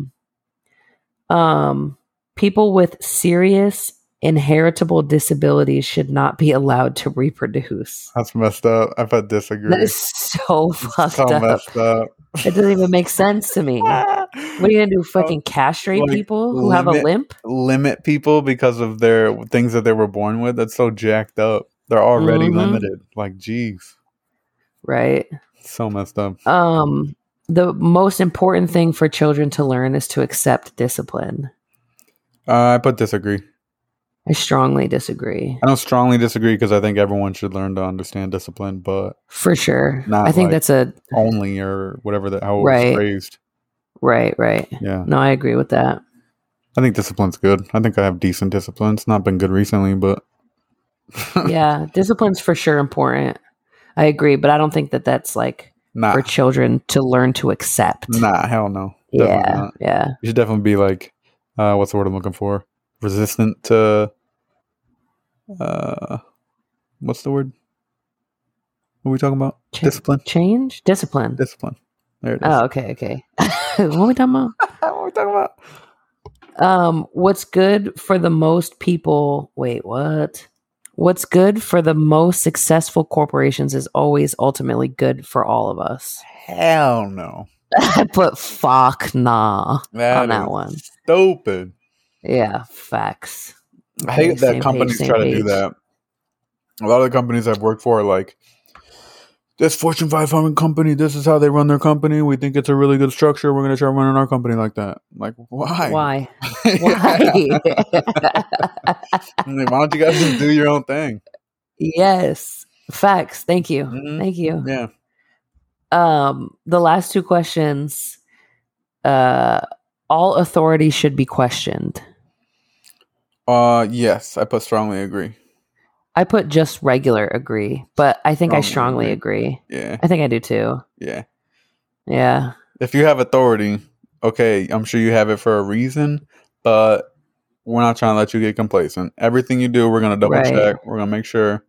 [SPEAKER 2] Um, people with serious inheritable disabilities should not be allowed to reproduce.
[SPEAKER 1] that's messed up. I put disagree.
[SPEAKER 2] That is so fucked
[SPEAKER 1] so
[SPEAKER 2] up.
[SPEAKER 1] messed up. Ah!
[SPEAKER 2] It doesn't even make sense to me. What are you gonna do? Fucking castrate
[SPEAKER 1] Oh, like,
[SPEAKER 2] people who have a
[SPEAKER 1] limit-
[SPEAKER 2] limp?
[SPEAKER 1] Limit people because of their things that they were born with. That's so jacked up. They're already
[SPEAKER 2] Mhm.
[SPEAKER 1] limited. Like, geez,
[SPEAKER 2] Right.
[SPEAKER 1] so messed up.
[SPEAKER 2] Um the most important thing for children to learn is to accept discipline.
[SPEAKER 1] Uh, I put disagree.
[SPEAKER 2] I strongly disagree.
[SPEAKER 1] I don't strongly disagree because I think everyone should learn to understand discipline, but
[SPEAKER 2] For sure.
[SPEAKER 1] Not
[SPEAKER 2] I think
[SPEAKER 1] like-
[SPEAKER 2] that's a
[SPEAKER 1] only or whatever the how it
[SPEAKER 2] Mm. Right.
[SPEAKER 1] was raised.
[SPEAKER 2] right, right.
[SPEAKER 1] Yeah,
[SPEAKER 2] No, I agree with that.
[SPEAKER 1] I think discipline's good. I think I have decent discipline. It's not been good recently, but
[SPEAKER 2] yeah, discipline's for sure important. I agree, but I don't think that that's like
[SPEAKER 1] nah,
[SPEAKER 2] for children to learn to accept.
[SPEAKER 1] Ah. nah, hell no. Definitely
[SPEAKER 2] yeah,
[SPEAKER 1] not.
[SPEAKER 2] yeah,
[SPEAKER 1] you should definitely be like, uh, what's the word I'm looking for? Resistant to, uh, what's the word? What are we talking about?
[SPEAKER 2] Ch-
[SPEAKER 1] Discipline.
[SPEAKER 2] change discipline.
[SPEAKER 1] Discipline. There it is.
[SPEAKER 2] Oh, okay, okay. what are we talking about?
[SPEAKER 1] what are we talking about?
[SPEAKER 2] Um, what's good for the most people? Wait, what? What's good for the most successful corporations is always ultimately good for all of us.
[SPEAKER 1] Hell no.
[SPEAKER 2] I put fuck nah. On that
[SPEAKER 1] is
[SPEAKER 2] one.
[SPEAKER 1] Stupid.
[SPEAKER 2] Yeah, facts.
[SPEAKER 1] I hate
[SPEAKER 2] Okay,
[SPEAKER 1] that
[SPEAKER 2] same
[SPEAKER 1] companies
[SPEAKER 2] page, same
[SPEAKER 1] try to do
[SPEAKER 2] page.
[SPEAKER 1] that. A lot of the companies I've worked for are like, this Fortune 500 company, this is how they run their company. We think it's a really good structure. We're going to try running our company like that. I'm like, why?
[SPEAKER 2] Why?
[SPEAKER 1] Yeah.
[SPEAKER 2] Why?
[SPEAKER 1] I'm like, Why don't you guys just do your own thing?
[SPEAKER 2] yes. Facts. Thank you.
[SPEAKER 1] Mhm.
[SPEAKER 2] Thank you.
[SPEAKER 1] Yeah.
[SPEAKER 2] um the last two questions uh all authority should be questioned
[SPEAKER 1] Uh, yes, I put strongly agree.
[SPEAKER 2] i put just regular agree but i think i
[SPEAKER 1] Strongly
[SPEAKER 2] strongly agree
[SPEAKER 1] Yeah.
[SPEAKER 2] i think i do too
[SPEAKER 1] Yeah.
[SPEAKER 2] yeah
[SPEAKER 1] If you have authority, okay, I'm sure you have it for a reason, but we're not trying to let you get complacent. Everything you do, we're going to double
[SPEAKER 2] Right.
[SPEAKER 1] check. We're going to make sure.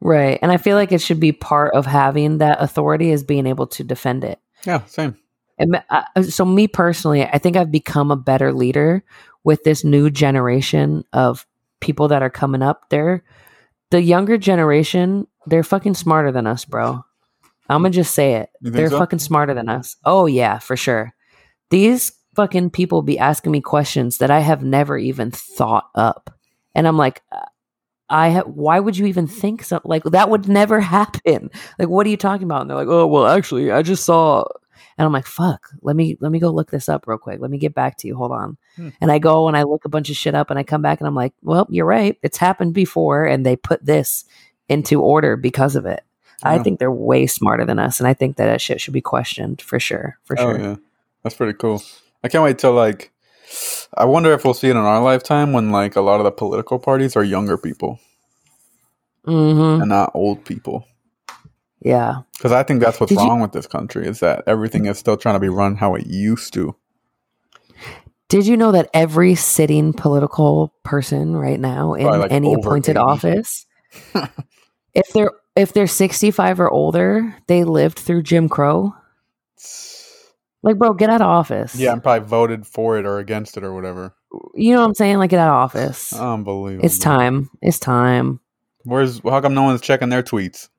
[SPEAKER 2] right and i feel like it should be part of having that authority is being able to defend it
[SPEAKER 1] Yeah, same.
[SPEAKER 2] And me- I- so me personally i think i've become a better leader with this new generation of people that are coming up they're the younger generation they're fucking smarter than us bro i'm gonna just say it
[SPEAKER 1] You think
[SPEAKER 2] they're
[SPEAKER 1] so?
[SPEAKER 2] fucking smarter than us oh yeah for sure these fucking people be asking me questions that i have never even thought up and i'm like uh, i ha- why would you even think so like that would never happen like what are you talking about and they're like oh well actually i just saw and I'm like, fuck, let me let me go look this up real quick. Let me get back to you. Hold on.
[SPEAKER 1] Hmm.
[SPEAKER 2] And I go and I look a bunch of shit up and I come back and I'm like, well, you're right. It's happened before and they put this into order because of it. I
[SPEAKER 1] Yeah.
[SPEAKER 2] think they're way smarter than us and I think that that shit should be questioned for sure, for
[SPEAKER 1] Oh
[SPEAKER 2] sure.
[SPEAKER 1] yeah, that's pretty cool. I can't wait till like. I wonder if we'll see it in our lifetime when like a lot of the political parties are younger people
[SPEAKER 2] Mhm.
[SPEAKER 1] and not old people.
[SPEAKER 2] Yeah.
[SPEAKER 1] Because I think that's what's
[SPEAKER 2] Did you-
[SPEAKER 1] wrong with this country is that everything is still trying to be run how it used to.
[SPEAKER 2] Did you know that every sitting political person right now in
[SPEAKER 1] Probably, like,
[SPEAKER 2] any
[SPEAKER 1] over
[SPEAKER 2] appointed
[SPEAKER 1] 80.
[SPEAKER 2] office if they're if they're 65 or older, they lived through Jim Crow? Like, bro, get out of office.
[SPEAKER 1] Yeah, and probably voted for it or against it or whatever.
[SPEAKER 2] You know what I'm saying? Like, get out of office.
[SPEAKER 1] Oh, Unbelievable.
[SPEAKER 2] it's time. It's time.
[SPEAKER 1] Where's how come no one's checking their tweets?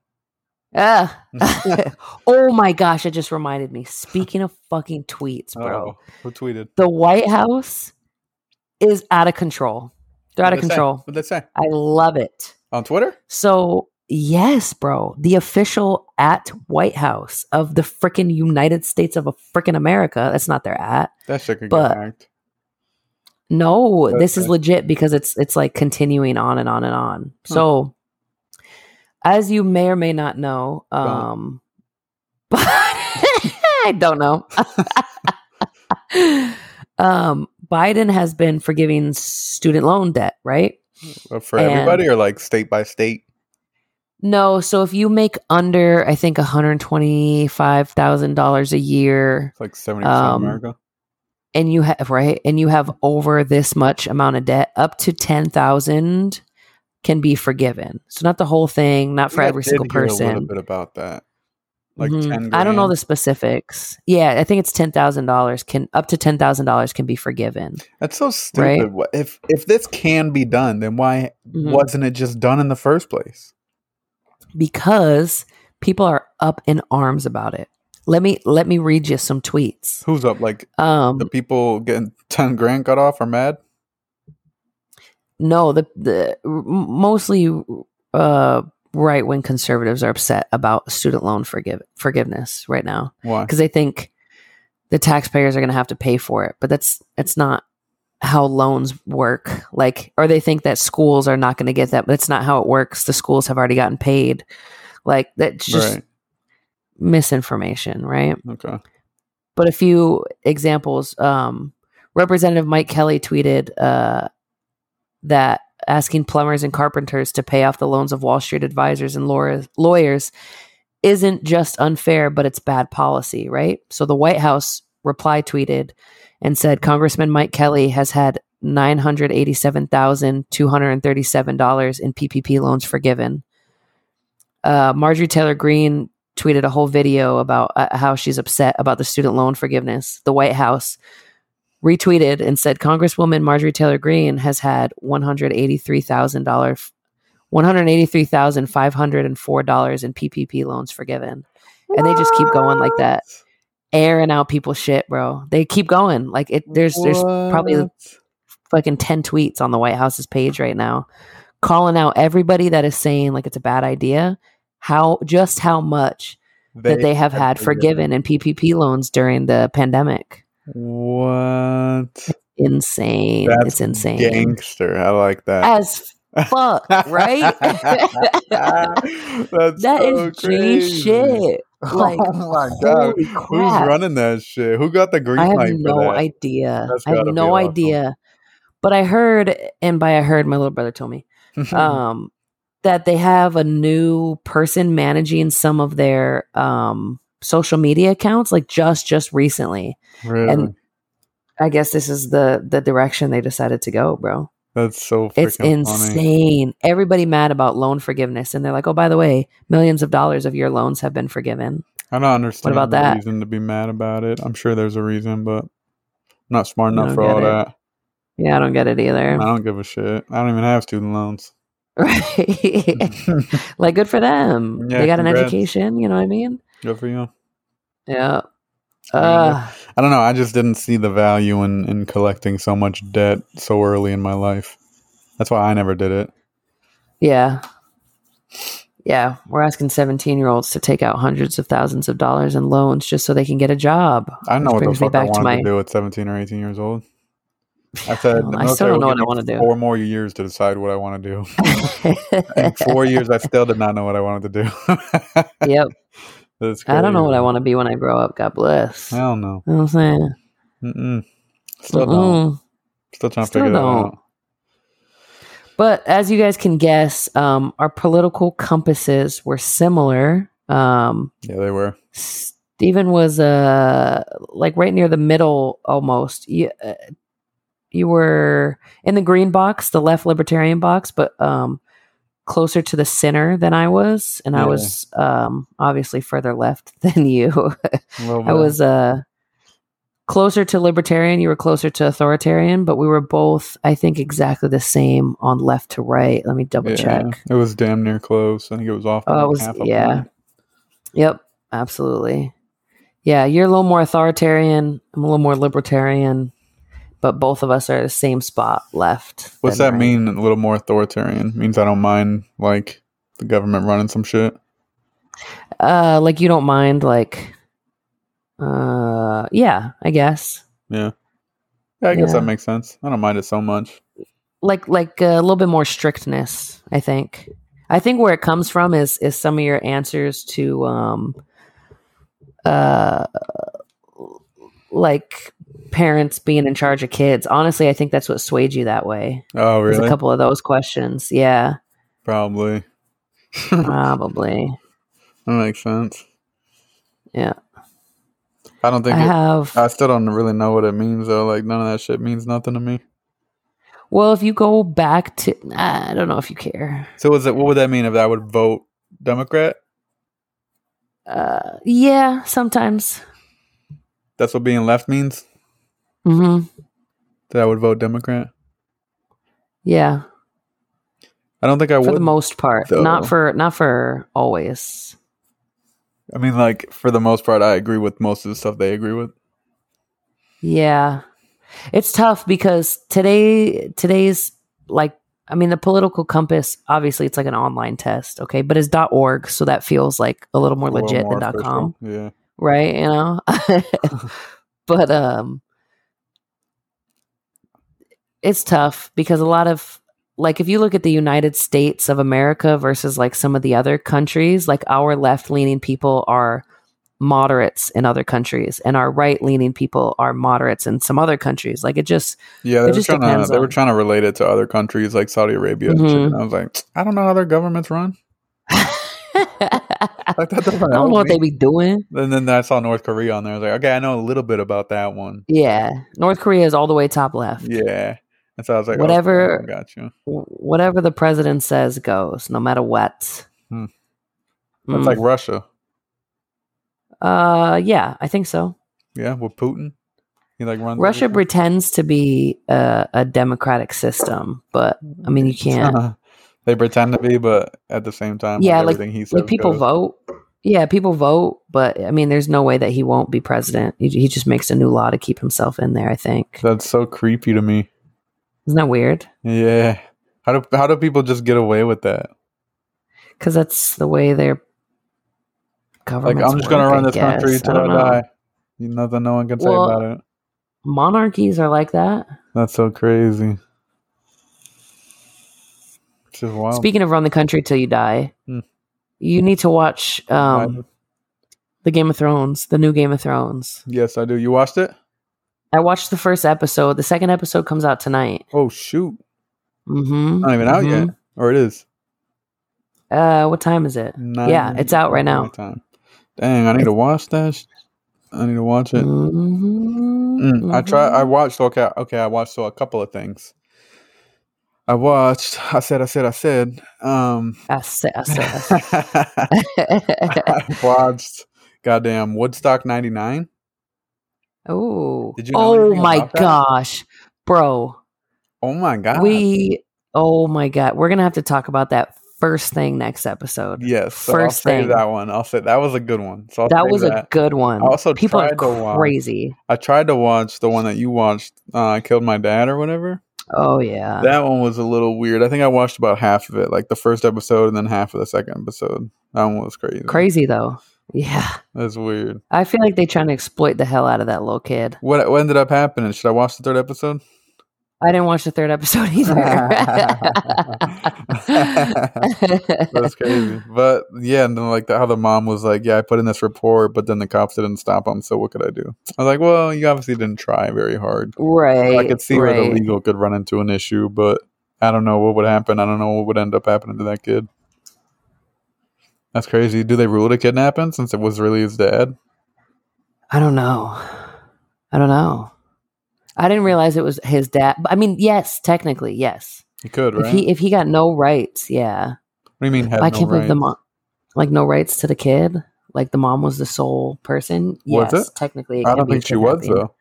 [SPEAKER 2] Ah. oh my gosh, it just reminded me. Speaking of fucking tweets, bro,
[SPEAKER 1] Oh, who tweeted?
[SPEAKER 2] the White House is out of control. They're out of
[SPEAKER 1] What'd they say?
[SPEAKER 2] control.
[SPEAKER 1] What'd they say?
[SPEAKER 2] I love it.
[SPEAKER 1] On Twitter?
[SPEAKER 2] So, yes, bro, the official at White House of the freaking United States of a freaking America. That's not their at.
[SPEAKER 1] That shit could
[SPEAKER 2] But-
[SPEAKER 1] get hacked.
[SPEAKER 2] No, this is
[SPEAKER 1] Okay.
[SPEAKER 2] legit because it's it's like continuing on and on and on. So, as you may or may not know,
[SPEAKER 1] on.
[SPEAKER 2] um, but I don't know. um, Biden has been forgiving student loan debt, right?
[SPEAKER 1] But For
[SPEAKER 2] and-
[SPEAKER 1] everybody or like state by state?
[SPEAKER 2] No, so if you make under, I think one hundred twenty-five thousand dollars a year,
[SPEAKER 1] It's like 70% of
[SPEAKER 2] Um,
[SPEAKER 1] America.
[SPEAKER 2] and you have right, and you have over this much amount of debt, up to ten thousand can be forgiven. So not the whole thing, not for
[SPEAKER 1] I
[SPEAKER 2] every
[SPEAKER 1] did
[SPEAKER 2] single
[SPEAKER 1] hear A little
[SPEAKER 2] person.
[SPEAKER 1] bit about that. Like
[SPEAKER 2] Mhm.
[SPEAKER 1] 10
[SPEAKER 2] I don't know
[SPEAKER 1] grand.
[SPEAKER 2] the specifics. Yeah, I think it's ten thousand dollars can up to ten thousand dollars can be forgiven.
[SPEAKER 1] That's so stupid. Wha- If if this can be done, then why
[SPEAKER 2] Mhm.
[SPEAKER 1] wasn't it just done in the first place?
[SPEAKER 2] Because people are up in arms about it. Let me let me read you some tweets.
[SPEAKER 1] Who's up? Like
[SPEAKER 2] Um
[SPEAKER 1] the people getting ten grand cut off are mad.
[SPEAKER 2] no the the m- mostly uh right wing conservatives are upset about student loan forgive forgiveness right now
[SPEAKER 1] Why?
[SPEAKER 2] because they think the taxpayers are going to have to pay for it but that's that's not how loans work like or they think that schools are not going to get that but that's not how it works the schools have already gotten paid like that's just
[SPEAKER 1] right.
[SPEAKER 2] misinformation right
[SPEAKER 1] Okay.
[SPEAKER 2] but a few examples. Um, Representative Mike Kelly tweeted uh, that asking plumbers and carpenters to pay off the loans of Wall Street advisors and lawyers, lawyers isn't just unfair, but it's bad policy, right? So the White House reply tweeted and said Congressman Mike Kelly has had $987,237 in PPP loans forgiven. Uh, Marjorie Taylor Greene tweeted a whole video about uh, how she's upset about the student loan forgiveness. The White House retweeted and said Congresswoman Marjorie Taylor Greene has had one hundred eighty three thousand dollars. One hundred eighty-three thousand five hundred and four dollars in PPP loans forgiven, and they just keep going like that, airing out people's shit, bro. They keep going like it. There's there's probably the-
[SPEAKER 1] What?
[SPEAKER 2] fucking 10 tweets on the White House's page right now calling out everybody that is saying like it's a bad idea how just how much that they have had forgiven in PPP loans during the pandemic.
[SPEAKER 1] What?
[SPEAKER 2] Insane. it's insane.
[SPEAKER 1] Gangster. I like that.
[SPEAKER 2] As fuck, right? that
[SPEAKER 1] That's so
[SPEAKER 2] is G
[SPEAKER 1] crazy.
[SPEAKER 2] shit. Like,
[SPEAKER 1] oh my god,
[SPEAKER 2] holy
[SPEAKER 1] who's
[SPEAKER 2] crap.
[SPEAKER 1] running that shit? Who got the green
[SPEAKER 2] I
[SPEAKER 1] light
[SPEAKER 2] have
[SPEAKER 1] for
[SPEAKER 2] no
[SPEAKER 1] that?
[SPEAKER 2] idea.
[SPEAKER 1] That's
[SPEAKER 2] I have
[SPEAKER 1] gotta be
[SPEAKER 2] no
[SPEAKER 1] awesome.
[SPEAKER 2] idea. But I heard, and by I heard, my little brother told me
[SPEAKER 1] Hmm.
[SPEAKER 2] um, that they have a new person managing some of their um, social media accounts, like just just recently.
[SPEAKER 1] Really?
[SPEAKER 2] And I guess this is the the direction they decided to go, bro.
[SPEAKER 1] That's so freaking
[SPEAKER 2] It's
[SPEAKER 1] funny.
[SPEAKER 2] insane. Everybody mad about loan forgiveness, and they're like, "Oh, by the way, millions of dollars of your loans have been forgiven."
[SPEAKER 1] I don't understand
[SPEAKER 2] about
[SPEAKER 1] the
[SPEAKER 2] that?
[SPEAKER 1] reason to be mad about it. I'm sure there's a reason, but I'm not smart enough
[SPEAKER 2] don't
[SPEAKER 1] for all
[SPEAKER 2] get it.
[SPEAKER 1] that.
[SPEAKER 2] Yeah, I don't get it
[SPEAKER 1] I
[SPEAKER 2] either.
[SPEAKER 1] don't give a shit. I don't even have student loans.
[SPEAKER 2] Right?
[SPEAKER 1] Good
[SPEAKER 2] like, good for them.
[SPEAKER 1] Yeah,
[SPEAKER 2] they got an
[SPEAKER 1] congrats.
[SPEAKER 2] education. You know what I mean?
[SPEAKER 1] for you.
[SPEAKER 2] Yeah.
[SPEAKER 1] I mean,
[SPEAKER 2] Uh,
[SPEAKER 1] I don't know. I just didn't see the value in, in collecting so much debt so early in my life. That's why I never did it.
[SPEAKER 2] Yeah. Yeah. We're asking 17 year olds to take out hundreds of thousands of dollars in loans just so they can get a job.
[SPEAKER 1] I know
[SPEAKER 2] Which
[SPEAKER 1] what the
[SPEAKER 2] brings me
[SPEAKER 1] fuck I
[SPEAKER 2] back to
[SPEAKER 1] wanted to,
[SPEAKER 2] my-
[SPEAKER 1] do at 17 or 18 years old. I said,
[SPEAKER 2] Well,
[SPEAKER 1] the
[SPEAKER 2] I still
[SPEAKER 1] military
[SPEAKER 2] don't know
[SPEAKER 1] will
[SPEAKER 2] what
[SPEAKER 1] give
[SPEAKER 2] I wanna
[SPEAKER 1] me
[SPEAKER 2] do.
[SPEAKER 1] Four more years to decide what I want to do. In four years, I still did not know what I wanted to do.
[SPEAKER 2] yep.
[SPEAKER 1] That's
[SPEAKER 2] I don't know what I
[SPEAKER 1] crazy.
[SPEAKER 2] want to be when I grow up. God bless.
[SPEAKER 1] I don't know.
[SPEAKER 2] You know what I'm saying?
[SPEAKER 1] Mm-mm. Still don't.
[SPEAKER 2] Mm-mm.
[SPEAKER 1] Still trying to
[SPEAKER 2] Still
[SPEAKER 1] figure that
[SPEAKER 2] don't.
[SPEAKER 1] out.
[SPEAKER 2] But as you guys can guess, um, our political compasses were similar. Um,
[SPEAKER 1] Yeah, they were.
[SPEAKER 2] Stephen was uh, like right near the middle almost. You, uh, you were in the green box, the left libertarian box, but um, closer to the center than I was. And I
[SPEAKER 1] Yeah.
[SPEAKER 2] was um, obviously further left than you.
[SPEAKER 1] A little
[SPEAKER 2] I
[SPEAKER 1] bit.
[SPEAKER 2] was uh, closer to libertarian, you were closer to authoritarian, but we were both, I think, exactly the same on left to right. Let me double
[SPEAKER 1] Yeah,
[SPEAKER 2] check.
[SPEAKER 1] It was damn near close. I think it was off. by
[SPEAKER 2] Oh, it
[SPEAKER 1] like
[SPEAKER 2] was-
[SPEAKER 1] half a
[SPEAKER 2] yeah.
[SPEAKER 1] point.
[SPEAKER 2] Yep, absolutely. Yeah, you're a little more authoritarian. I'm a little more libertarian, but both of us are at the same spot left.
[SPEAKER 1] What's
[SPEAKER 2] than
[SPEAKER 1] that
[SPEAKER 2] right.
[SPEAKER 1] mean? A little more authoritarian means I don't mind like the government running some shit.
[SPEAKER 2] Uh, like you don't mind, like, uh, yeah, I guess.
[SPEAKER 1] Yeah. Yeah, I guess
[SPEAKER 2] Yeah.
[SPEAKER 1] that makes sense. I don't mind it so much.
[SPEAKER 2] like like a little bit more strictness i think i think where it comes from is is some of your answers to um uh like parents being in charge of kids honestly i think that's what swayed you that way
[SPEAKER 1] Oh,
[SPEAKER 2] there's
[SPEAKER 1] really?
[SPEAKER 2] a couple of those questions yeah
[SPEAKER 1] Probably.
[SPEAKER 2] probably
[SPEAKER 1] That makes sense.
[SPEAKER 2] Yeah.
[SPEAKER 1] I don't
[SPEAKER 2] i
[SPEAKER 1] think it, uh,
[SPEAKER 2] have
[SPEAKER 1] I still don't really know what it means though. Like none of that shit means nothing to me.
[SPEAKER 2] well if you go back to i don't know if you care
[SPEAKER 1] So was it what would that mean if I would vote Democrat?
[SPEAKER 2] uh yeah sometimes
[SPEAKER 1] That's what being left means?
[SPEAKER 2] hmm
[SPEAKER 1] That I would vote Democrat?
[SPEAKER 2] yeah
[SPEAKER 1] I don't think I
[SPEAKER 2] for
[SPEAKER 1] would.
[SPEAKER 2] the most part
[SPEAKER 1] though.
[SPEAKER 2] not for not for always
[SPEAKER 1] I mean like for the most part I agree with most of the stuff they agree with.
[SPEAKER 2] Yeah. It's tough because today today's like I mean the political compass obviously it's like an online test, okay? But it's .org, so that feels like a little more
[SPEAKER 1] A little
[SPEAKER 2] legit
[SPEAKER 1] more
[SPEAKER 2] than
[SPEAKER 1] official.
[SPEAKER 2] .com,
[SPEAKER 1] Yeah.
[SPEAKER 2] right? You know. but um it's tough because a lot of like if you look at the United States of America versus like some of the other countries, like our left-leaning people are moderates in other countries and our right-leaning people are moderates in some other countries. Like it just
[SPEAKER 1] Yeah, they
[SPEAKER 2] It
[SPEAKER 1] were
[SPEAKER 2] just
[SPEAKER 1] trying
[SPEAKER 2] depends
[SPEAKER 1] to they were
[SPEAKER 2] on-
[SPEAKER 1] trying to relate it to other countries like Saudi Arabia. and shit,
[SPEAKER 2] Mhm.
[SPEAKER 1] And I was like, I don't know how their governments run.
[SPEAKER 2] I
[SPEAKER 1] Like that doesn't
[SPEAKER 2] don't
[SPEAKER 1] help
[SPEAKER 2] know what
[SPEAKER 1] me.
[SPEAKER 2] they be doing.
[SPEAKER 1] And then I saw North Korea on there. I was like, okay, I know a little bit about that one.
[SPEAKER 2] Yeah, North Korea is all the way top left.
[SPEAKER 1] Yeah. And so I was like, okay,
[SPEAKER 2] Whatever-
[SPEAKER 1] I got you.
[SPEAKER 2] W- Whatever the president says goes, no matter what.
[SPEAKER 1] Hmm. That's
[SPEAKER 2] Mm.
[SPEAKER 1] like Russia.
[SPEAKER 2] uh, yeah, I think so.
[SPEAKER 1] Yeah, with Putin. He like runs
[SPEAKER 2] Russia
[SPEAKER 1] everything.
[SPEAKER 2] pretends to be a, a democratic system, but I mean, you can't.
[SPEAKER 1] they pretend to be, but at the same time, yeah,
[SPEAKER 2] Yeah, like-
[SPEAKER 1] everything he says.
[SPEAKER 2] Like people
[SPEAKER 1] goes.
[SPEAKER 2] vote. Yeah, people vote, but I mean, there's no way that he won't be president. He, he just makes a new law to keep himself in there. I think
[SPEAKER 1] That's so creepy to me.
[SPEAKER 2] isn't that weird?
[SPEAKER 1] Yeah. How do how do people just get away with that?
[SPEAKER 2] because that's the way their
[SPEAKER 1] Like
[SPEAKER 2] government.
[SPEAKER 1] I'm just gonna run this country until I, die. You- Nothing no one can say
[SPEAKER 2] Well-
[SPEAKER 1] about it.
[SPEAKER 2] Monarchies are like that.
[SPEAKER 1] That's so crazy. It's just wild.
[SPEAKER 2] Speaking of run the country till you die,
[SPEAKER 1] Hmm.
[SPEAKER 2] you need to watch um, the Game of Thrones, the new Game of Thrones.
[SPEAKER 1] yes, I do. You watched it?
[SPEAKER 2] I watched the first episode. The second episode comes out tonight.
[SPEAKER 1] Oh shoot.
[SPEAKER 2] Mm-hmm.
[SPEAKER 1] Not even out yet. Or it is.
[SPEAKER 2] Uh, what time is it? Yeah, it's out right now.
[SPEAKER 1] my Time. Dang, I need to watch that. sh- I need to watch it.
[SPEAKER 2] Mm-hmm.
[SPEAKER 1] Mm, I try. I watched. Okay, okay. I watched so a couple of things. I watched. I said. I said. I said. Um,
[SPEAKER 2] I said. I said, I said.
[SPEAKER 1] I watched. Goddamn Woodstock '99.
[SPEAKER 2] oh.
[SPEAKER 1] Did you know
[SPEAKER 2] oh
[SPEAKER 1] anything
[SPEAKER 2] my
[SPEAKER 1] about that?
[SPEAKER 2] gosh, bro.
[SPEAKER 1] Oh my god.
[SPEAKER 2] We oh my god, we're gonna have to talk about that first thing next episode.
[SPEAKER 1] yes. So I'll
[SPEAKER 2] first
[SPEAKER 1] say
[SPEAKER 2] thing.
[SPEAKER 1] that one. I'll say that was a good one. So I'll
[SPEAKER 2] that
[SPEAKER 1] say
[SPEAKER 2] was a
[SPEAKER 1] that.
[SPEAKER 2] good one.
[SPEAKER 1] I also
[SPEAKER 2] people are
[SPEAKER 1] tried to watch-
[SPEAKER 2] crazy.
[SPEAKER 1] I tried to watch the one that you watched. Uh, I killed my dad or whatever.
[SPEAKER 2] Oh yeah,
[SPEAKER 1] that one was a little weird. I think I watched about half of it, like the first episode and then half of the second episode. That one was crazy.
[SPEAKER 2] crazy though. Yeah,
[SPEAKER 1] That's weird.
[SPEAKER 2] I feel like they're trying to exploit the hell out of that little kid.
[SPEAKER 1] What, what ended up happening? Should I watch the third episode?
[SPEAKER 2] I didn't watch the third episode either.
[SPEAKER 1] That's crazy. But yeah, and then like the, how the mom was like, "Yeah, I put in this report, but then the cops didn't stop him. So what could I do?" I was like, "Well, you obviously didn't try very hard.
[SPEAKER 2] right.
[SPEAKER 1] I could see
[SPEAKER 2] right.
[SPEAKER 1] where the legal could run into an issue, but I don't know what would happen. I don't know what would end up happening to that kid." That's crazy. Do they rule it a kidnapping since it was really his dad?
[SPEAKER 2] I don't know. I don't know. I didn't realize it was his dad. I mean, yes, technically, yes.
[SPEAKER 1] He could,
[SPEAKER 2] If
[SPEAKER 1] right?
[SPEAKER 2] he if he got no rights, yeah.
[SPEAKER 1] what do you mean? Had
[SPEAKER 2] I
[SPEAKER 1] no
[SPEAKER 2] can't believe the
[SPEAKER 1] rights?
[SPEAKER 2] mom, like no rights to the kid. Like the mom was the sole person.
[SPEAKER 1] Was
[SPEAKER 2] yes,
[SPEAKER 1] it?
[SPEAKER 2] technically, it
[SPEAKER 1] I
[SPEAKER 2] can
[SPEAKER 1] don't
[SPEAKER 2] be a
[SPEAKER 1] think she was
[SPEAKER 2] kidnapping.
[SPEAKER 1] though.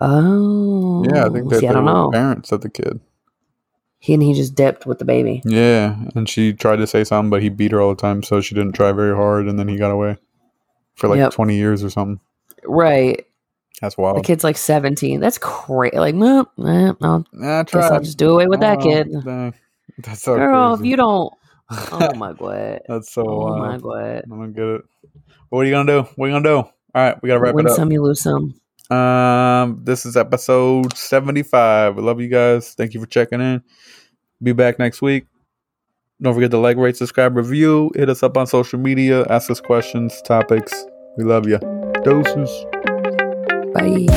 [SPEAKER 2] Oh.
[SPEAKER 1] Yeah, I think that
[SPEAKER 2] See, I
[SPEAKER 1] they
[SPEAKER 2] don't
[SPEAKER 1] were
[SPEAKER 2] know.
[SPEAKER 1] parents of the kid.
[SPEAKER 2] He and he just dipped with the baby.
[SPEAKER 1] Yeah, and she tried to say something, but he beat her all the time, so she didn't try very hard, and then he got away for like
[SPEAKER 2] Yep.
[SPEAKER 1] twenty years or something.
[SPEAKER 2] Right.
[SPEAKER 1] That's
[SPEAKER 2] The
[SPEAKER 1] wild.
[SPEAKER 2] kid's like 17. That's crazy. Like, "Meh, meh, I'll,
[SPEAKER 1] Nah, I
[SPEAKER 2] guess I'll
[SPEAKER 1] tried.
[SPEAKER 2] just do away with that
[SPEAKER 1] Oh,
[SPEAKER 2] kid.
[SPEAKER 1] dang. That's so
[SPEAKER 2] Girl, if
[SPEAKER 1] crazy.
[SPEAKER 2] you don't. Oh my god.
[SPEAKER 1] That's so uh,
[SPEAKER 2] oh
[SPEAKER 1] wild.
[SPEAKER 2] my god.
[SPEAKER 1] I don't get it. What are you gonna do? What are you gonna do? All right, we gotta wrap
[SPEAKER 2] Win
[SPEAKER 1] it up.
[SPEAKER 2] some, you lose some.
[SPEAKER 1] Um, this is episode seventy-five. I love you guys. Thank you for checking in. Be back next week. Don't forget to like, rate, subscribe, review. Hit us up on social media. Ask us questions, topics. We love you. Doses.
[SPEAKER 2] Bye.